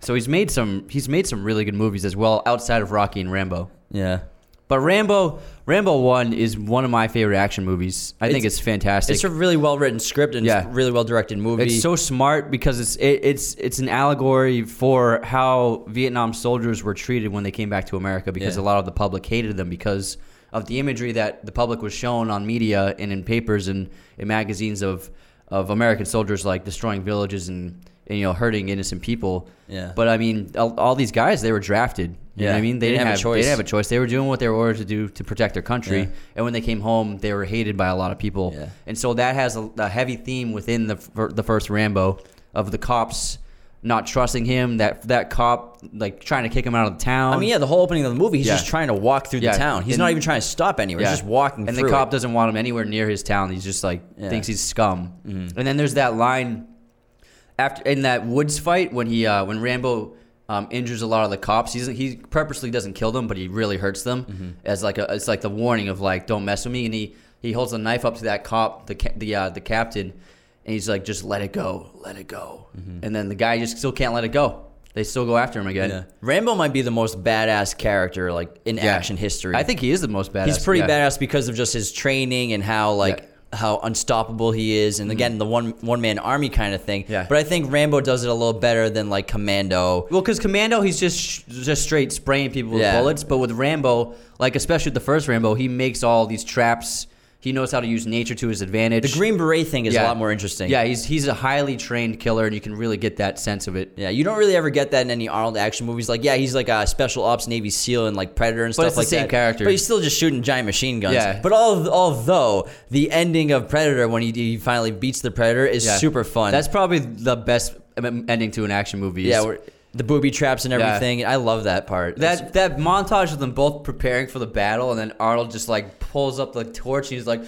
Speaker 2: So he's made some he's made some really good movies as well outside of Rocky and Rambo.
Speaker 1: yeah.
Speaker 2: But Rambo Rambo One is one of my favorite action movies. I think
Speaker 1: It's-
Speaker 2: it's fantastic.
Speaker 1: It's a really well written script and
Speaker 2: Yeah.
Speaker 1: it's a really well directed movie.
Speaker 2: It's so smart because it's it, it's it's an allegory for how Vietnam soldiers were treated when they came back to America because
Speaker 1: Yeah.
Speaker 2: a lot of the public hated them because of the imagery that the public was shown on media and in papers and in magazines of of American soldiers like destroying villages and and, you know hurting innocent people.
Speaker 1: Yeah.
Speaker 2: But I mean, all, all these guys they were drafted. You know
Speaker 1: Yeah.
Speaker 2: what I mean, they, didn't have,
Speaker 1: a
Speaker 2: They
Speaker 1: choice.
Speaker 2: didn't have a choice. They were doing what they were ordered to do to protect their country.
Speaker 1: Yeah.
Speaker 2: And when they came home, they were hated by a lot of people.
Speaker 1: Yeah.
Speaker 2: And so that has a, a heavy theme within the fir- the first Rambo of the cops not trusting him. That that cop like trying to kick him out of the town.
Speaker 1: I mean, yeah, the whole opening of the movie, he's
Speaker 2: Yeah.
Speaker 1: just trying to walk through
Speaker 2: Yeah.
Speaker 1: the town. He's
Speaker 2: And-
Speaker 1: not even trying to stop anywhere.
Speaker 2: Yeah.
Speaker 1: He's just walking
Speaker 2: and
Speaker 1: through
Speaker 2: the cop
Speaker 1: it.
Speaker 2: doesn't want him anywhere near his town. He's just like
Speaker 1: Yeah. Mm-hmm.
Speaker 2: thinks he's scum. And then there's that line after in that woods fight when he uh, when Rambo um, injures a lot of the cops. He's, he purposely doesn't kill them, but he really hurts them
Speaker 1: Mm-hmm.
Speaker 2: as like a it's like the warning of like don't mess with me. And he he holds a knife up to that cop the ca- the uh, the captain, and he's like just let it go, let it go. And then the guy just still can't let it go. They still go after him again.
Speaker 1: Mm-hmm. Yeah. Rambo might be the most badass character like in
Speaker 2: Yeah.
Speaker 1: action history.
Speaker 2: I think he is the most badass.
Speaker 1: he's pretty
Speaker 2: yeah.
Speaker 1: badass because of just his training and how like how unstoppable he is and again the one one man army kind of thing
Speaker 2: Mm-hmm. Yeah.
Speaker 1: but i think rambo does it a little better than like commando
Speaker 2: Well, because Commando, he's just sh- just straight spraying people with
Speaker 1: Yeah.
Speaker 2: bullets. But with Rambo, like especially with the first Rambo, he makes all these traps. He knows how to use nature to his advantage.
Speaker 1: the green beret thing is
Speaker 2: Yeah.
Speaker 1: a lot more interesting
Speaker 2: yeah, he's he's a highly trained killer, and you can really get that sense of it.
Speaker 1: yeah you don't really ever get that in any arnold action movies like yeah he's like a special ops navy seal and like predator and
Speaker 2: But
Speaker 1: stuff
Speaker 2: it's the
Speaker 1: like
Speaker 2: same
Speaker 1: that
Speaker 2: character.
Speaker 1: but he's still just shooting giant machine guns
Speaker 2: Yeah.
Speaker 1: but al- although the ending of predator when he, he finally beats the predator is
Speaker 2: Yeah.
Speaker 1: super fun
Speaker 2: That's probably the best em- ending to an action movie. is
Speaker 1: yeah we're- the booby traps and
Speaker 2: Yeah.
Speaker 1: everything i love that part That's-
Speaker 2: That that montage of them both preparing for the battle, and then Arnold just like pulls up the torch. And he's like,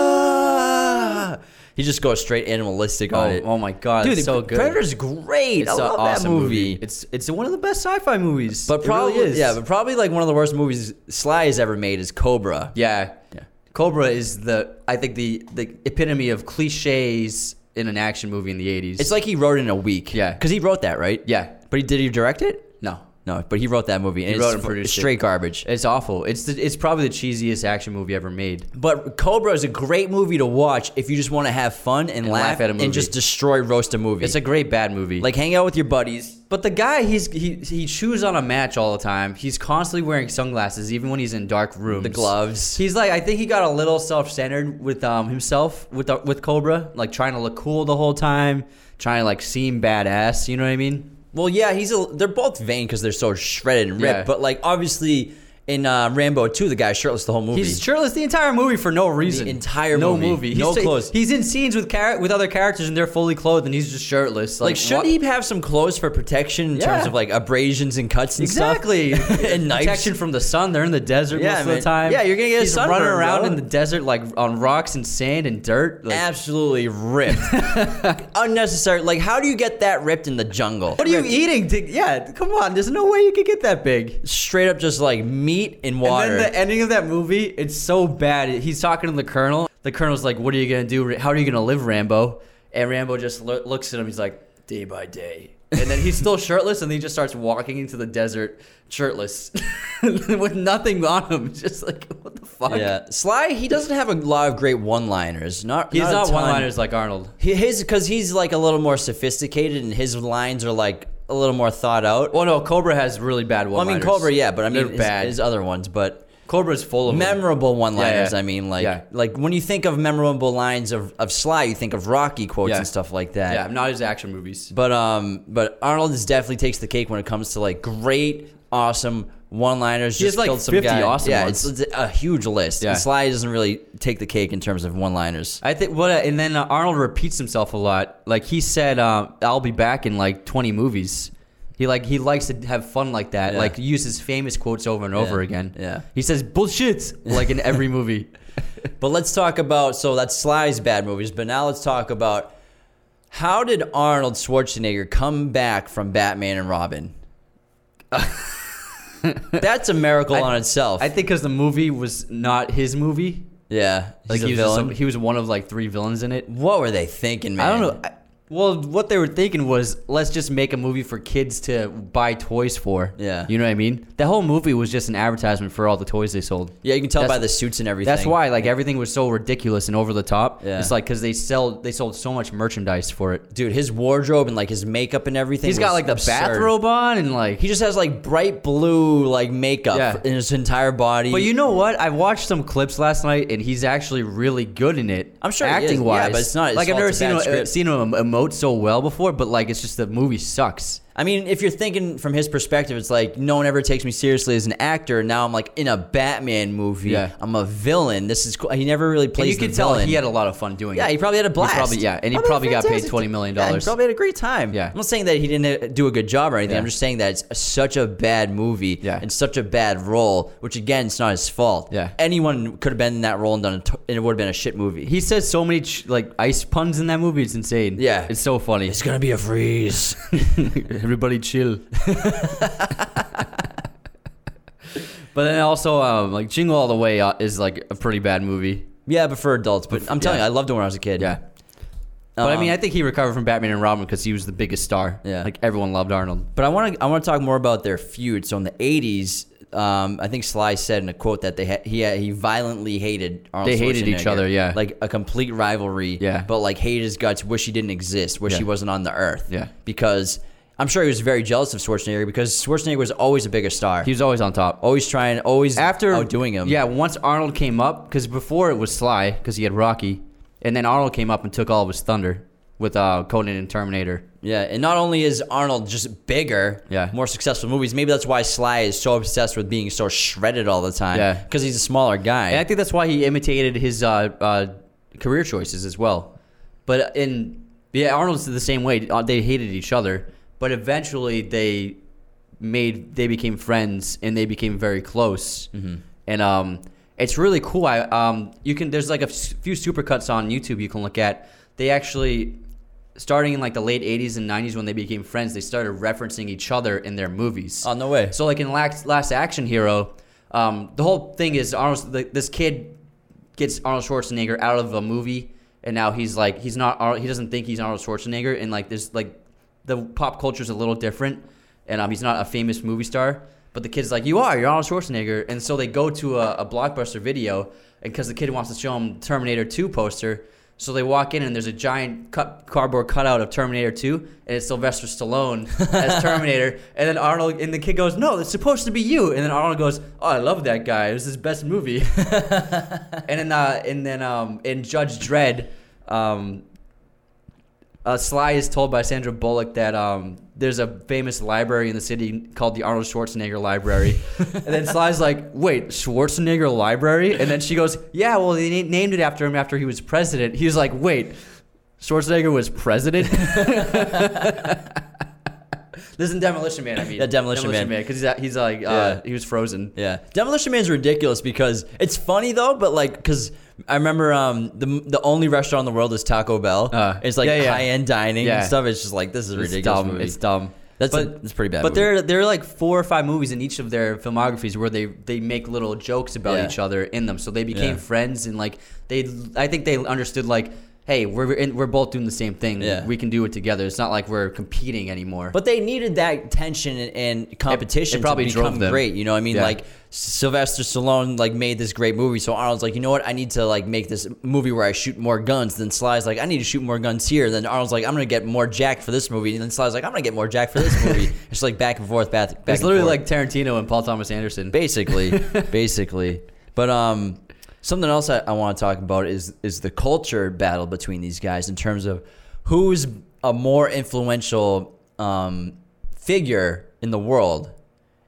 Speaker 2: "Ah!"
Speaker 1: he just goes straight animalistic on
Speaker 2: oh,
Speaker 1: it
Speaker 2: oh my god,
Speaker 1: Dude,
Speaker 2: it's
Speaker 1: the
Speaker 2: so good.
Speaker 1: Predator's great.
Speaker 2: It's
Speaker 1: I
Speaker 2: an
Speaker 1: love that
Speaker 2: awesome
Speaker 1: movie.
Speaker 2: It's it's one of the best sci-fi movies.
Speaker 1: but
Speaker 2: It really
Speaker 1: probably
Speaker 2: is.
Speaker 1: yeah, but probably like one of the worst movies Sly has ever made is Cobra.
Speaker 2: yeah,
Speaker 1: Yeah.
Speaker 2: Cobra is the I think the the epitome of cliches in an action movie in the eighties.
Speaker 1: It's like he wrote it in a week.
Speaker 2: Yeah.
Speaker 1: Cuz he wrote that, right?
Speaker 2: yeah,
Speaker 1: But he did he direct it?
Speaker 2: no,
Speaker 1: No, but he wrote that movie and
Speaker 2: He
Speaker 1: it's,
Speaker 2: wrote and
Speaker 1: f-
Speaker 2: produced it.
Speaker 1: straight garbage.
Speaker 2: it's awful. It's the, it's probably the cheesiest action movie ever made.
Speaker 1: But Cobra is a great movie to watch if you just want to have fun and, laugh,
Speaker 2: laugh at a movie.
Speaker 1: and just destroy roast a movie.
Speaker 2: It's a great bad movie.
Speaker 1: like hang out with your buddies.
Speaker 2: but the guy he's he he chews on a match all the time. He's constantly wearing sunglasses even when he's in dark rooms.
Speaker 1: The gloves.
Speaker 2: He's like, I think he got a little self-centered with um, himself with the, with Cobra, like trying to look cool the whole time, trying to like seem badass. You know what I mean?
Speaker 1: Well, yeah, he's a, they're both vain because they're so shredded and ripped.
Speaker 2: Yeah.
Speaker 1: But like obviously in uh, Rambo 2, the guy's shirtless the whole movie.
Speaker 2: He's shirtless the entire movie for no reason.
Speaker 1: entire
Speaker 2: no
Speaker 1: movie.
Speaker 2: movie,
Speaker 1: No
Speaker 2: he's,
Speaker 1: clothes.
Speaker 2: He's in scenes with char- with other characters and they're fully clothed and he's just shirtless.
Speaker 1: Like,
Speaker 2: Like,
Speaker 1: should
Speaker 2: what-
Speaker 1: he have some clothes for protection in terms
Speaker 2: Yeah.
Speaker 1: of like abrasions and cuts and
Speaker 2: Exactly.
Speaker 1: stuff? and knives.
Speaker 2: Protection from the sun. They're in the desert
Speaker 1: Yeah,
Speaker 2: most of
Speaker 1: man.
Speaker 2: the time.
Speaker 1: Yeah, you're gonna get a
Speaker 2: He's
Speaker 1: sunburn,
Speaker 2: running around
Speaker 1: bro.
Speaker 2: in the desert like on rocks and sand and dirt. Like,
Speaker 1: Absolutely ripped. Unnecessary. Like, how do you get that ripped in the jungle?
Speaker 2: what are you eating? Dig- yeah, come on. There's no way you could get that big.
Speaker 1: Straight up just like meat and water.
Speaker 2: And then the ending of that movie, it's so bad. He's talking to the colonel. The colonel's like, "What are you gonna do? How are you gonna live, Rambo?" And Rambo just lo- looks at him. He's like, "Day by day." And then he's still shirtless, and he just starts walking into the desert shirtless, with nothing on him. Just like, what the fuck?
Speaker 1: yeah. Sly, he doesn't have a lot of great one liners. Not
Speaker 2: He's not,
Speaker 1: a ton.
Speaker 2: one liners like Arnold.
Speaker 1: He, his because he's like a little more sophisticated and his lines are like a little more thought out.
Speaker 2: Well, no, Cobra has really bad one.
Speaker 1: Well, I mean Cobra, yeah, but I mean
Speaker 2: They're
Speaker 1: his,
Speaker 2: bad.
Speaker 1: his other ones, but
Speaker 2: Cobra's full of them.
Speaker 1: memorable one-liners.
Speaker 2: Yeah, yeah.
Speaker 1: I mean, like
Speaker 2: Yeah.
Speaker 1: like when you think of memorable lines of, of Sly, you think of Rocky quotes
Speaker 2: Yeah.
Speaker 1: and stuff like that.
Speaker 2: Yeah, not his action movies.
Speaker 1: But um, but Arnold is definitely takes the cake when it comes to like great, awesome one-liners.
Speaker 2: He has,
Speaker 1: just
Speaker 2: like,
Speaker 1: killed some
Speaker 2: 50
Speaker 1: guy.
Speaker 2: awesome
Speaker 1: Yeah,
Speaker 2: ones.
Speaker 1: it's, it's a huge list.
Speaker 2: Yeah.
Speaker 1: And Sly doesn't really take the cake in terms of one-liners.
Speaker 2: I think what, and then uh, Arnold repeats himself a lot. Like he said, uh, "I'll be back in like 20 movies." He like he likes to have fun like that.
Speaker 1: Yeah.
Speaker 2: Like use his famous quotes over and over again.
Speaker 1: yeah.
Speaker 2: he says bullshit like in every movie.
Speaker 1: But let's talk about so that's Sly's bad movies. But now let's talk about how did Arnold Schwarzenegger come back from Batman and Robin? that's a miracle
Speaker 2: I-
Speaker 1: on itself.
Speaker 2: I think because the movie was not his movie.
Speaker 1: yeah,
Speaker 2: Like
Speaker 1: he's a
Speaker 2: he was just
Speaker 1: villain.
Speaker 2: a- he was one of like three villains in it.
Speaker 1: what were they thinking, man?
Speaker 2: I don't know. I, well, what they were thinking was let's just make a movie for kids to buy toys for.
Speaker 1: Yeah.
Speaker 2: you know what I mean. The whole movie was just an advertisement for all the toys they sold.
Speaker 1: Yeah, you can tell
Speaker 2: That's-
Speaker 1: by the suits and everything.
Speaker 2: That's why like everything was so ridiculous and over the top.
Speaker 1: Yeah.
Speaker 2: It's like because they sell they sold so much merchandise for it.
Speaker 1: dude, his wardrobe and like his makeup and everything.
Speaker 2: He's got
Speaker 1: was
Speaker 2: like the
Speaker 1: absurd.
Speaker 2: bathrobe on and like.
Speaker 1: He just has like bright blue like makeup
Speaker 2: Yeah.
Speaker 1: in his entire body.
Speaker 2: but you know what? I watched some clips last night, and he's actually really good in it.
Speaker 1: I'm sure he is.
Speaker 2: acting wise,
Speaker 1: Yeah, but it's not his
Speaker 2: like I've
Speaker 1: fault,
Speaker 2: never
Speaker 1: it's a
Speaker 2: seen
Speaker 1: bad
Speaker 2: him, uh,
Speaker 1: script.
Speaker 2: seen him em- promote so well before, but like it's just the movie sucks.
Speaker 1: I mean, if you're thinking from his perspective, it's like no one ever takes me seriously as an actor. Now I'm like in a Batman movie.
Speaker 2: Yeah.
Speaker 1: I'm a villain. This is cool. He never really
Speaker 2: And
Speaker 1: plays
Speaker 2: you can
Speaker 1: the
Speaker 2: tell
Speaker 1: villain.
Speaker 2: he had a lot of fun doing
Speaker 1: yeah,
Speaker 2: it.
Speaker 1: he probably had a blast.
Speaker 2: probably- yeah, and he probably
Speaker 1: had a
Speaker 2: got paid
Speaker 1: fantastic-
Speaker 2: $20 million.
Speaker 1: Yeah, he probably had a great time.
Speaker 2: Yeah.
Speaker 1: I'm not saying that he didn't uh, do a good job or anything.
Speaker 2: Yeah.
Speaker 1: I'm just saying that it's such a bad movie
Speaker 2: Yeah.
Speaker 1: and such a bad role, which again, it's not his fault.
Speaker 2: Yeah.
Speaker 1: anyone could have been in that role and done it, and it would have been a shit movie.
Speaker 2: He says so many ch- like ice puns in that movie. It's insane.
Speaker 1: Yeah.
Speaker 2: it's so funny.
Speaker 1: it's gonna be a freeze.
Speaker 2: Everybody chill. but then also, um, like Jingle All the Way uh, is like a pretty bad movie.
Speaker 1: yeah, but for adults. But I'm telling
Speaker 2: yeah.
Speaker 1: you, I loved it when I was a kid.
Speaker 2: Yeah, but I
Speaker 1: Um,
Speaker 2: mean, I think he recovered from Batman and Robin because he was the biggest star.
Speaker 1: Yeah.
Speaker 2: like everyone loved Arnold.
Speaker 1: But I want to I want to talk more about their feud. So in the '80s, um, I think Sly said in a quote that they ha- he uh, he violently hated. Arnold
Speaker 2: They hated each
Speaker 1: Schwarzenegger.
Speaker 2: other, yeah.
Speaker 1: like a complete rivalry.
Speaker 2: Yeah.
Speaker 1: but like hated his guts. Wish he didn't exist. Wish
Speaker 2: Yeah.
Speaker 1: he wasn't on the earth.
Speaker 2: Yeah.
Speaker 1: because I'm sure he was very jealous of Schwarzenegger because Schwarzenegger was always a bigger star.
Speaker 2: He was always on top.
Speaker 1: always trying, always
Speaker 2: After
Speaker 1: outdoing Oh, him.
Speaker 2: yeah. Once Arnold came up, because before it was Sly, because he had Rocky, and then Arnold came up and took all of his thunder with uh, Conan and Terminator.
Speaker 1: Yeah, and not only is Arnold just bigger,
Speaker 2: Yeah.
Speaker 1: more successful movies. Maybe that's why Sly is so obsessed with being so shredded all the time.
Speaker 2: Yeah.
Speaker 1: because he's a smaller guy.
Speaker 2: And I think that's why he imitated his uh, uh, career choices as well. But in yeah, Arnold's the same way. Uh, They hated each other, but eventually they made they became friends and they became very close. And um, it's really cool. I um, you can there's like a s- few supercuts on YouTube you can look at. They actually starting in like the late 80s and 90s when they became friends they started referencing each other in their movies
Speaker 1: on the Oh, way.
Speaker 2: so like in Last, Last Action Hero, um, the whole thing is Arnold. The, this kid gets Arnold Schwarzenegger out of a movie, and now he's like he's not. Ar- He doesn't think he's Arnold Schwarzenegger, and like there's like the pop culture's a little different, and um, he's not a famous movie star. But the kid's like, "You are. You're Arnold Schwarzenegger." And so they go to a, a blockbuster video, and because the kid wants to show him Terminator 2 poster. So they walk in and there's a giant cut, cardboard cutout of Terminator 2, and it's Sylvester Stallone as Terminator. And then Arnold and the kid goes, "No, it's supposed to be you." And then Arnold goes, "Oh, I love that guy. It was his best movie." and then uh, and then um, in Judge Dredd, um, uh, Sly is told by Sandra Bullock that um, there's a famous library in the city called the Arnold Schwarzenegger Library, and then Sly's like, "Wait, Schwarzenegger Library?" And then she goes, "Yeah, well, they na- named it after him after he was president." He was like, "Wait." Schwarzenegger was president. this is in Demolition Man. I mean,
Speaker 1: Yeah, Demolition Man.
Speaker 2: because he's, at- he's like, uh,
Speaker 1: Yeah.
Speaker 2: he was frozen.
Speaker 1: Yeah, Demolition Man's ridiculous because it's funny though, but like because I remember um the the only restaurant in the world is Taco Bell.
Speaker 2: Uh,
Speaker 1: it's like
Speaker 2: yeah, yeah.
Speaker 1: high end dining
Speaker 2: Yeah.
Speaker 1: and stuff. It's just like this is a
Speaker 2: It's
Speaker 1: ridiculous.
Speaker 2: dumb.
Speaker 1: movie.
Speaker 2: It's dumb.
Speaker 1: That's a-
Speaker 2: but-
Speaker 1: it's a pretty bad.
Speaker 2: But
Speaker 1: movie.
Speaker 2: there, there are like four or five movies in each of their filmographies where they they make little jokes about
Speaker 1: Yeah.
Speaker 2: each other in them. So they became
Speaker 1: Yeah.
Speaker 2: friends and like they, I think they understood like, hey, we're in, we're both doing the same thing.
Speaker 1: Yeah.
Speaker 2: we can do it together. It's not like we're competing anymore.
Speaker 1: But they needed that tension and, and competition
Speaker 2: probably
Speaker 1: to
Speaker 2: drove
Speaker 1: become
Speaker 2: them.
Speaker 1: great. You know, what I mean,
Speaker 2: Yeah.
Speaker 1: like Sylvester Stallone like made this great movie, so Arnold's like, you know what, I need to like make this movie where I shoot more guns. Then Sly's like, I need to shoot more guns here. Then Arnold's like, I'm gonna get more jacked for this movie. And then Sly's like, I'm gonna get more jacked for this movie. it's like back and forth, back. back
Speaker 2: it's
Speaker 1: and
Speaker 2: literally
Speaker 1: forth.
Speaker 2: like Tarantino and Paul Thomas Anderson.
Speaker 1: basically basically but um something else i, I want to talk about is is the culture battle between these guys in terms of who's a more influential um figure in the world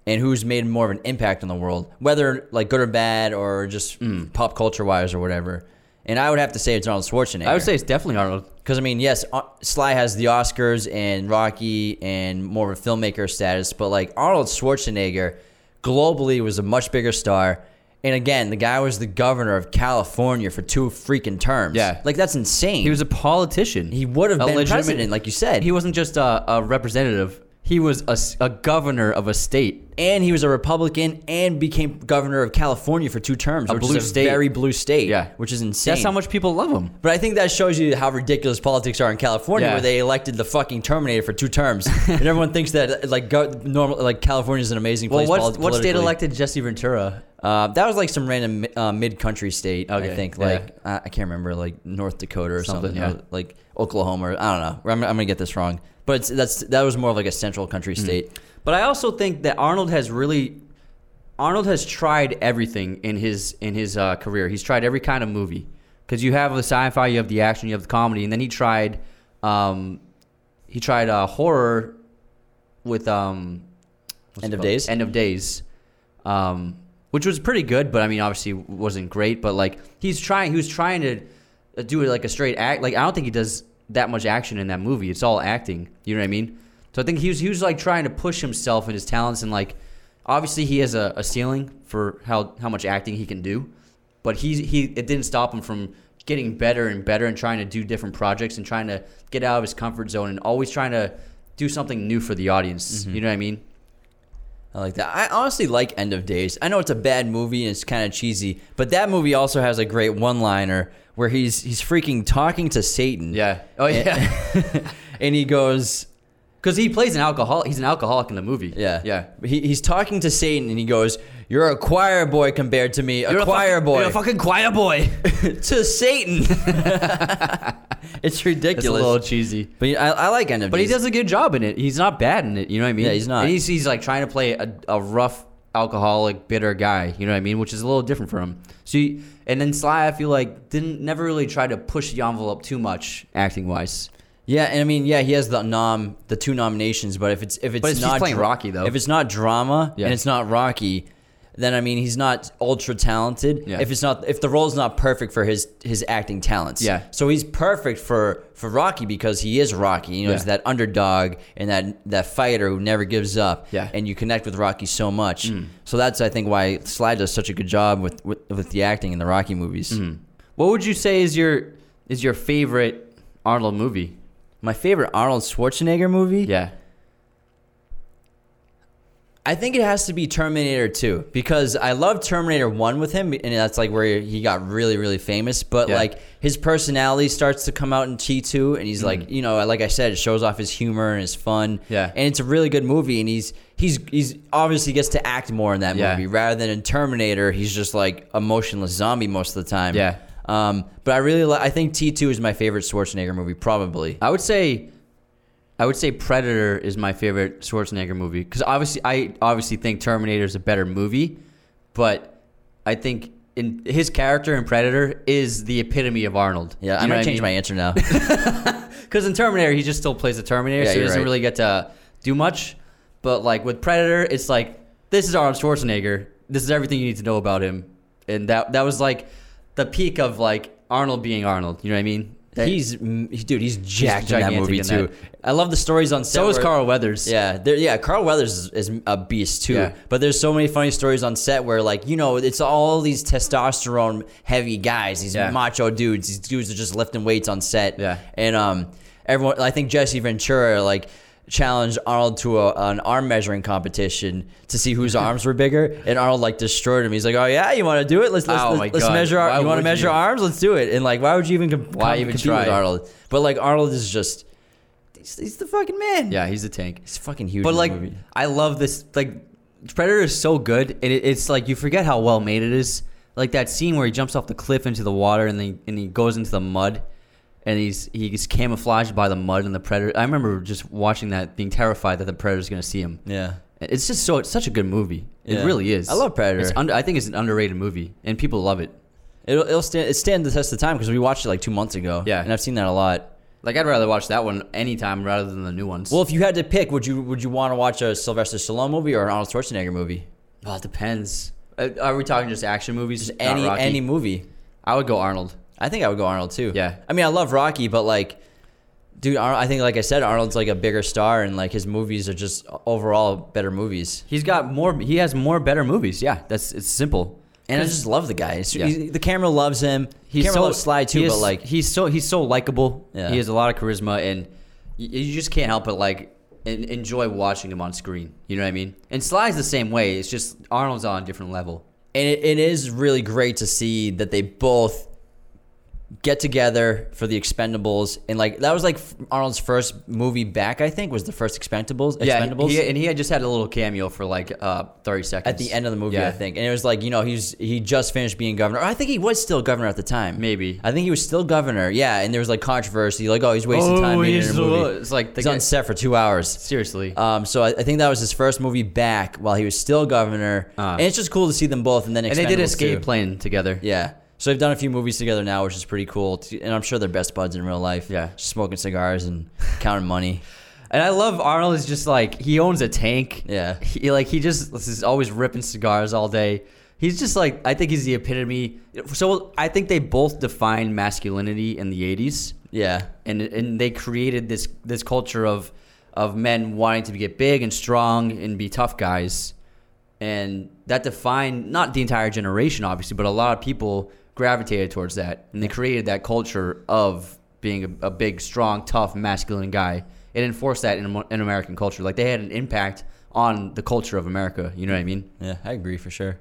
Speaker 1: and who's made more of an impact on the world whether like good or bad or just pop culture wise or whatever and i would have to say it's arnold schwarzenegger
Speaker 2: I would say it's definitely Arnold.
Speaker 1: because I mean, yes, uh, Sly has the Oscars and Rocky and more of a filmmaker status, but like Arnold Schwarzenegger, globally was a much bigger star. And again, the guy was the governor of California for two freaking terms.
Speaker 2: Yeah.
Speaker 1: like that's insane.
Speaker 2: He was a politician.
Speaker 1: he would have
Speaker 2: a
Speaker 1: been
Speaker 2: legitimate-
Speaker 1: president, like you said.
Speaker 2: He wasn't just a, a representative. He was a s a a governor of a state.
Speaker 1: and he was a Republican and became governor of California for two terms,
Speaker 2: A
Speaker 1: which
Speaker 2: blue
Speaker 1: is a
Speaker 2: state.
Speaker 1: very blue state.
Speaker 2: Yeah.
Speaker 1: which is insane.
Speaker 2: That's how much people love him.
Speaker 1: But I think that shows you how ridiculous politics are in California,
Speaker 2: Yeah.
Speaker 1: where they elected the fucking Terminator for two terms, and everyone thinks that like go, normal like California is an amazing
Speaker 2: Well,
Speaker 1: place.
Speaker 2: what
Speaker 1: polit-
Speaker 2: what state
Speaker 1: politically.
Speaker 2: elected Jesse Ventura?
Speaker 1: Uh, that was like some random uh, mid-country state, I
Speaker 2: Okay,
Speaker 1: think.
Speaker 2: yeah.
Speaker 1: Like I I can't remember, like North Dakota or something,
Speaker 2: Something,
Speaker 1: or,
Speaker 2: yeah.
Speaker 1: like Oklahoma. Or, I don't know. I'm, I'm gonna get this wrong, but it's, that's that was more of like a central country
Speaker 2: Hmm.
Speaker 1: state.
Speaker 2: But I also think that Arnold has really Arnold has tried everything in his in his uh, career. He's tried every kind of movie because you have the sci-fi, you have the action, you have the comedy, and then he tried Um, he tried uh, horror with um, what's it
Speaker 1: End of
Speaker 2: called?
Speaker 1: Days?
Speaker 2: End of Days, um, which was pretty good, but I mean, obviously wasn't great. But like he's trying, he was trying to uh, do like a straight act. Like I don't think he does that much action in that movie. It's all acting. You know what I mean? So I think he was he was like trying to push himself and his talents and like obviously he has a, a ceiling for how how much acting he can do, but he he it didn't stop him from getting better and better and trying to do different projects and trying to get out of his comfort zone and always trying to do something new for the audience. You know what I mean?
Speaker 1: I like that. I honestly like End of Days. I know it's a bad movie and it's kind of cheesy, but that movie also has a great one-liner where he's he's freaking talking to Satan.
Speaker 2: Yeah. Oh yeah.
Speaker 1: and he goes,
Speaker 2: Because he plays an alcoholic. He's an alcoholic in the movie.
Speaker 1: yeah,
Speaker 2: Yeah.
Speaker 1: He, he's talking to Satan and he goes, "You're a choir boy compared to me, a choir boy
Speaker 2: fucking choir boy.
Speaker 1: to Satan." it's
Speaker 2: It's a
Speaker 1: ridiculous.
Speaker 2: little cheesy.
Speaker 1: but yeah, I, I like End of
Speaker 2: But he
Speaker 1: Days.
Speaker 2: does a good job in it. He's not bad in it. You know what I mean?
Speaker 1: Yeah, he's not.
Speaker 2: And he's, he's like trying to play a, a rough, alcoholic, bitter guy. You know what I mean? Which is a little different for him. So, you, and then Sly, I feel like didn't never really try to push the envelope too much acting wise.
Speaker 1: Yeah, and I mean, yeah, he has the nom, the two nominations, but if it's if it's,
Speaker 2: it's- he's
Speaker 1: not
Speaker 2: playing Rocky, though.
Speaker 1: if it's not drama
Speaker 2: Yeah.
Speaker 1: and it's not Rocky, then I mean, he's not ultra talented.
Speaker 2: Yeah.
Speaker 1: If it's not if the role's not perfect for his his acting talents,
Speaker 2: Yeah.
Speaker 1: So he's perfect for for Rocky because he is Rocky. You know, he's
Speaker 2: Yeah.
Speaker 1: that underdog and that that fighter who never gives up.
Speaker 2: Yeah. Mm.
Speaker 1: and you connect with Rocky so much. So that's I think why Sly does such a good job with with, with the acting in the Rocky movies.
Speaker 2: Mm. What would you say is your is your favorite Arnold movie?
Speaker 1: My favorite Arnold Schwarzenegger movie.
Speaker 2: Yeah.
Speaker 1: I think it has to be Terminator 2 because I love Terminator 1 with him, and that's like where he got really, really famous. But
Speaker 2: Yeah.
Speaker 1: like his personality starts to come out in T2, and he's like, you know, like I said, it shows off his humor and his fun.
Speaker 2: Mm. Yeah.
Speaker 1: And it's a really good movie, and he's he's he's obviously gets to act more in that
Speaker 2: Yeah.
Speaker 1: movie rather than in Terminator, he's just like a motionless zombie most of the time.
Speaker 2: Yeah.
Speaker 1: Um, but I really like, I think T2 is my favorite Schwarzenegger movie, probably.
Speaker 2: I would say, I would say Predator is my favorite Schwarzenegger movie because obviously I obviously think Terminator is a better movie, but I think in his character in Predator is the epitome of Arnold.
Speaker 1: Yeah, I'm gonna change my answer now.
Speaker 2: because in Terminator he just still plays the Terminator,
Speaker 1: Yeah,
Speaker 2: so he
Speaker 1: you're
Speaker 2: doesn't
Speaker 1: right.
Speaker 2: really get to do much. But like with Predator, it's like this is Arnold Schwarzenegger. This is everything you need to know about him, and that that was like the peak of like Arnold being Arnold. You know what I mean? That-
Speaker 1: He's m- he- dude. He's jacked in that
Speaker 2: gigantic
Speaker 1: movie
Speaker 2: in
Speaker 1: too.
Speaker 2: that.
Speaker 1: I love the stories on set.
Speaker 2: so is
Speaker 1: where-
Speaker 2: Carl Weathers.
Speaker 1: Yeah, there, yeah. Carl Weathers is, is a beast too.
Speaker 2: Yeah.
Speaker 1: But there's so many funny stories on set where, like, you know, it's all these testosterone heavy guys, these
Speaker 2: Yeah.
Speaker 1: macho dudes. These dudes are just lifting weights on set.
Speaker 2: Yeah.
Speaker 1: And um, everyone, I think Jesse Ventura like challenged Arnold to a, an arm measuring competition to see whose arms were bigger, and Arnold like destroyed him. He's like, "Oh yeah, you want to do it? Let's let's,
Speaker 2: Oh, my
Speaker 1: let's, let's
Speaker 2: God.
Speaker 1: measure. Our,
Speaker 2: Why
Speaker 1: you want to
Speaker 2: would
Speaker 1: measure
Speaker 2: you?
Speaker 1: arms? Let's do it." And like, why would you even com-
Speaker 2: Why
Speaker 1: com-
Speaker 2: even
Speaker 1: compete with
Speaker 2: try?
Speaker 1: Arnold? But like, Arnold is just. He's, he's the fucking man.
Speaker 2: yeah, he's a tank.
Speaker 1: He's fucking huge.
Speaker 2: But
Speaker 1: in that
Speaker 2: like,
Speaker 1: movie.
Speaker 2: I love this. Like, Predator is so good, and it, it's like you forget how well made it is. Like that scene where he jumps off the cliff into the water, and then and he goes into the mud, and he's he's camouflaged by the mud and the Predator. I remember just watching that, being terrified that the Predator's gonna see him.
Speaker 1: yeah.
Speaker 2: It's just so it's such a good movie.
Speaker 1: Yeah.
Speaker 2: It really is.
Speaker 1: I love Predator.
Speaker 2: It's under, I think it's an underrated movie, and people love it.
Speaker 1: It'll, it'll stand it stand the test of time because we watched it like two months ago.
Speaker 2: Yeah.
Speaker 1: and I've seen that a lot.
Speaker 2: Like I'd rather watch that one anytime rather than the new ones.
Speaker 1: Well, if you had to pick, would you would you want to watch a Sylvester Stallone movie or an Arnold Schwarzenegger movie?
Speaker 2: well it depends. Uh, Are we talking just action movies?
Speaker 1: Just
Speaker 2: Not
Speaker 1: any
Speaker 2: Rocky?
Speaker 1: any movie.
Speaker 2: I would go Arnold.
Speaker 1: I think I would go Arnold too.
Speaker 2: Yeah.
Speaker 1: I mean, I love Rocky, but like, dude, Arnold, I think like I said, Arnold's like a bigger star, and like his movies are just overall better movies.
Speaker 2: He's got more. He has more better movies. Yeah, that's it's simple.
Speaker 1: And I just love the guy. It's-
Speaker 2: Yeah.
Speaker 1: he's- the camera loves him.
Speaker 2: he's
Speaker 1: camera
Speaker 2: so
Speaker 1: loves Sly too,
Speaker 2: he is-
Speaker 1: but like,
Speaker 2: he's so he's so likable.
Speaker 1: Yeah.
Speaker 2: He has a lot of charisma, and you, you just can't help but like en- enjoy watching him on screen. You know what I mean? And Sly's the same way. It's just Arnold's on a different level.
Speaker 1: and it, it is really great to see that they both get together for the Expendables, and like that was like Arnold's first movie back. I think was the first Expendables. Expendables.
Speaker 2: he, and he had just had a little cameo for like uh, thirty seconds
Speaker 1: at the end of the movie,
Speaker 2: Yeah.
Speaker 1: I think, and it was like you know he's he just finished being governor. Or I think he was still governor at the time.
Speaker 2: Maybe.
Speaker 1: I think he was still governor. Yeah, and there was like controversy, like oh he's wasting time being in a movie.
Speaker 2: It's like the
Speaker 1: He's
Speaker 2: guy,
Speaker 1: on set for two hours.
Speaker 2: seriously.
Speaker 1: Um, so I, I think that was his first movie back while he was still governor,
Speaker 2: Uh.
Speaker 1: and it's just cool to see them both. And then
Speaker 2: and they did
Speaker 1: Expendables
Speaker 2: escape
Speaker 1: too.
Speaker 2: plan together.
Speaker 1: Yeah. So they've done a few movies together now, which is pretty cool. T- And I'm sure they're best buds in real life.
Speaker 2: Yeah.
Speaker 1: Smoking cigars and counting money.
Speaker 2: And I love Arnold is just like he owns a tank.
Speaker 1: Yeah.
Speaker 2: He like he just is always ripping cigars all day. He's just like I think he's the epitome. So I think they both defined masculinity in the '80s,
Speaker 1: Yeah.
Speaker 2: and and they created this this culture of of men wanting to get big and strong and be tough guys, and that defined not the entire generation, obviously, but a lot of people gravitated towards that, and they created that culture of being a, a big, strong, tough, masculine guy. It enforced that in, Am- in American culture. Like they had an impact on the culture of America. You know what I mean?
Speaker 1: Yeah. I agree for sure.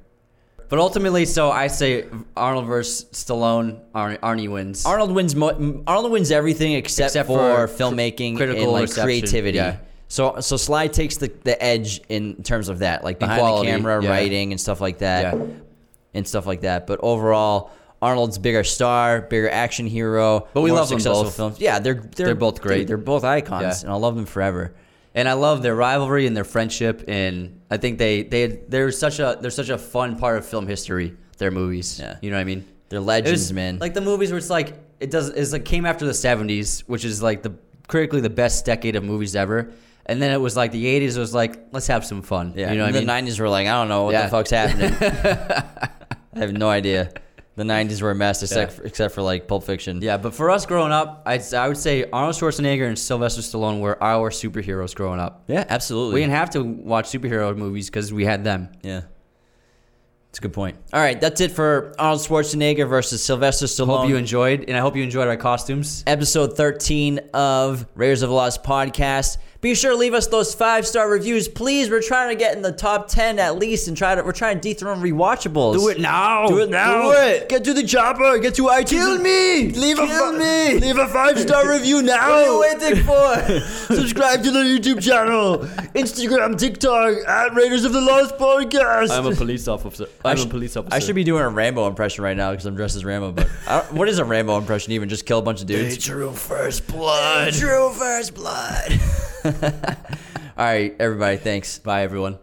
Speaker 2: But ultimately, so I say Arnold versus Stallone, Ar- Arnie wins.
Speaker 1: Arnold wins. Mo- m- Arnold wins everything except,
Speaker 2: Except
Speaker 1: for,
Speaker 2: for
Speaker 1: filmmaking,
Speaker 2: cr- critical
Speaker 1: and like
Speaker 2: reception,
Speaker 1: creativity.
Speaker 2: yeah.
Speaker 1: So so Sly takes the, the edge in terms of that, like behind
Speaker 2: quality,
Speaker 1: the camera,
Speaker 2: yeah.
Speaker 1: writing and stuff like that,
Speaker 2: Yeah.
Speaker 1: and stuff like that. But overall, Arnold's bigger star, bigger action hero.
Speaker 2: But we
Speaker 1: more
Speaker 2: love them
Speaker 1: successful
Speaker 2: both.
Speaker 1: Films. Yeah, they're they're,
Speaker 2: They're both
Speaker 1: dude,
Speaker 2: great.
Speaker 1: they're both icons,
Speaker 2: Yeah.
Speaker 1: and I love them forever.
Speaker 2: and I love their rivalry and their friendship, and I think they they they're such a they're such a fun part of film history. Their movies,
Speaker 1: Yeah.
Speaker 2: you know what I mean?
Speaker 1: They're
Speaker 2: It was-
Speaker 1: legends, man.
Speaker 2: Like the movies where it's like it does it's like came after the '70s, which is like the critically the best decade of movies ever, and then it was like the '80s was like let's have some fun,
Speaker 1: yeah,
Speaker 2: you know what I
Speaker 1: the
Speaker 2: mean?
Speaker 1: '90s were like, I don't know what
Speaker 2: Yeah.
Speaker 1: the fuck's happening. I have no idea. The '90s were a mess, except, for, except for like Pulp Fiction.
Speaker 2: yeah, but for us growing up, I'd, I would say Arnold Schwarzenegger and Sylvester Stallone were our superheroes growing up.
Speaker 1: yeah, absolutely.
Speaker 2: We didn't have to watch superhero movies because we had them.
Speaker 1: Yeah. It's a good point. All right, that's it for Arnold Schwarzenegger versus Sylvester Stallone.
Speaker 2: Hope you enjoyed, and I hope you enjoyed our costumes.
Speaker 1: episode 13 of Raiders of the Lost podcast. Be sure to leave us those five star reviews, please. We're trying to get in the top 10 at least and try to we're trying to dethrone rewatchables.
Speaker 2: now.
Speaker 1: Do it now. Get to the chopper. Get to iTunes. Kill me. Leave a
Speaker 2: Kill
Speaker 1: me. Leave a five star review now. What are you waiting for? Subscribe to the YouTube channel, Instagram, TikTok at Raiders of the Lost Podcast.
Speaker 3: I'm a police officer. I'm
Speaker 1: sh-
Speaker 3: a police officer.
Speaker 1: I should be doing a Rambo impression right now because I'm dressed as Rambo. But I don't- what is a Rambo impression even? Just kill a bunch of dudes.
Speaker 3: drew first blood.
Speaker 1: True first blood. All right, everybody. Thanks. Bye, everyone.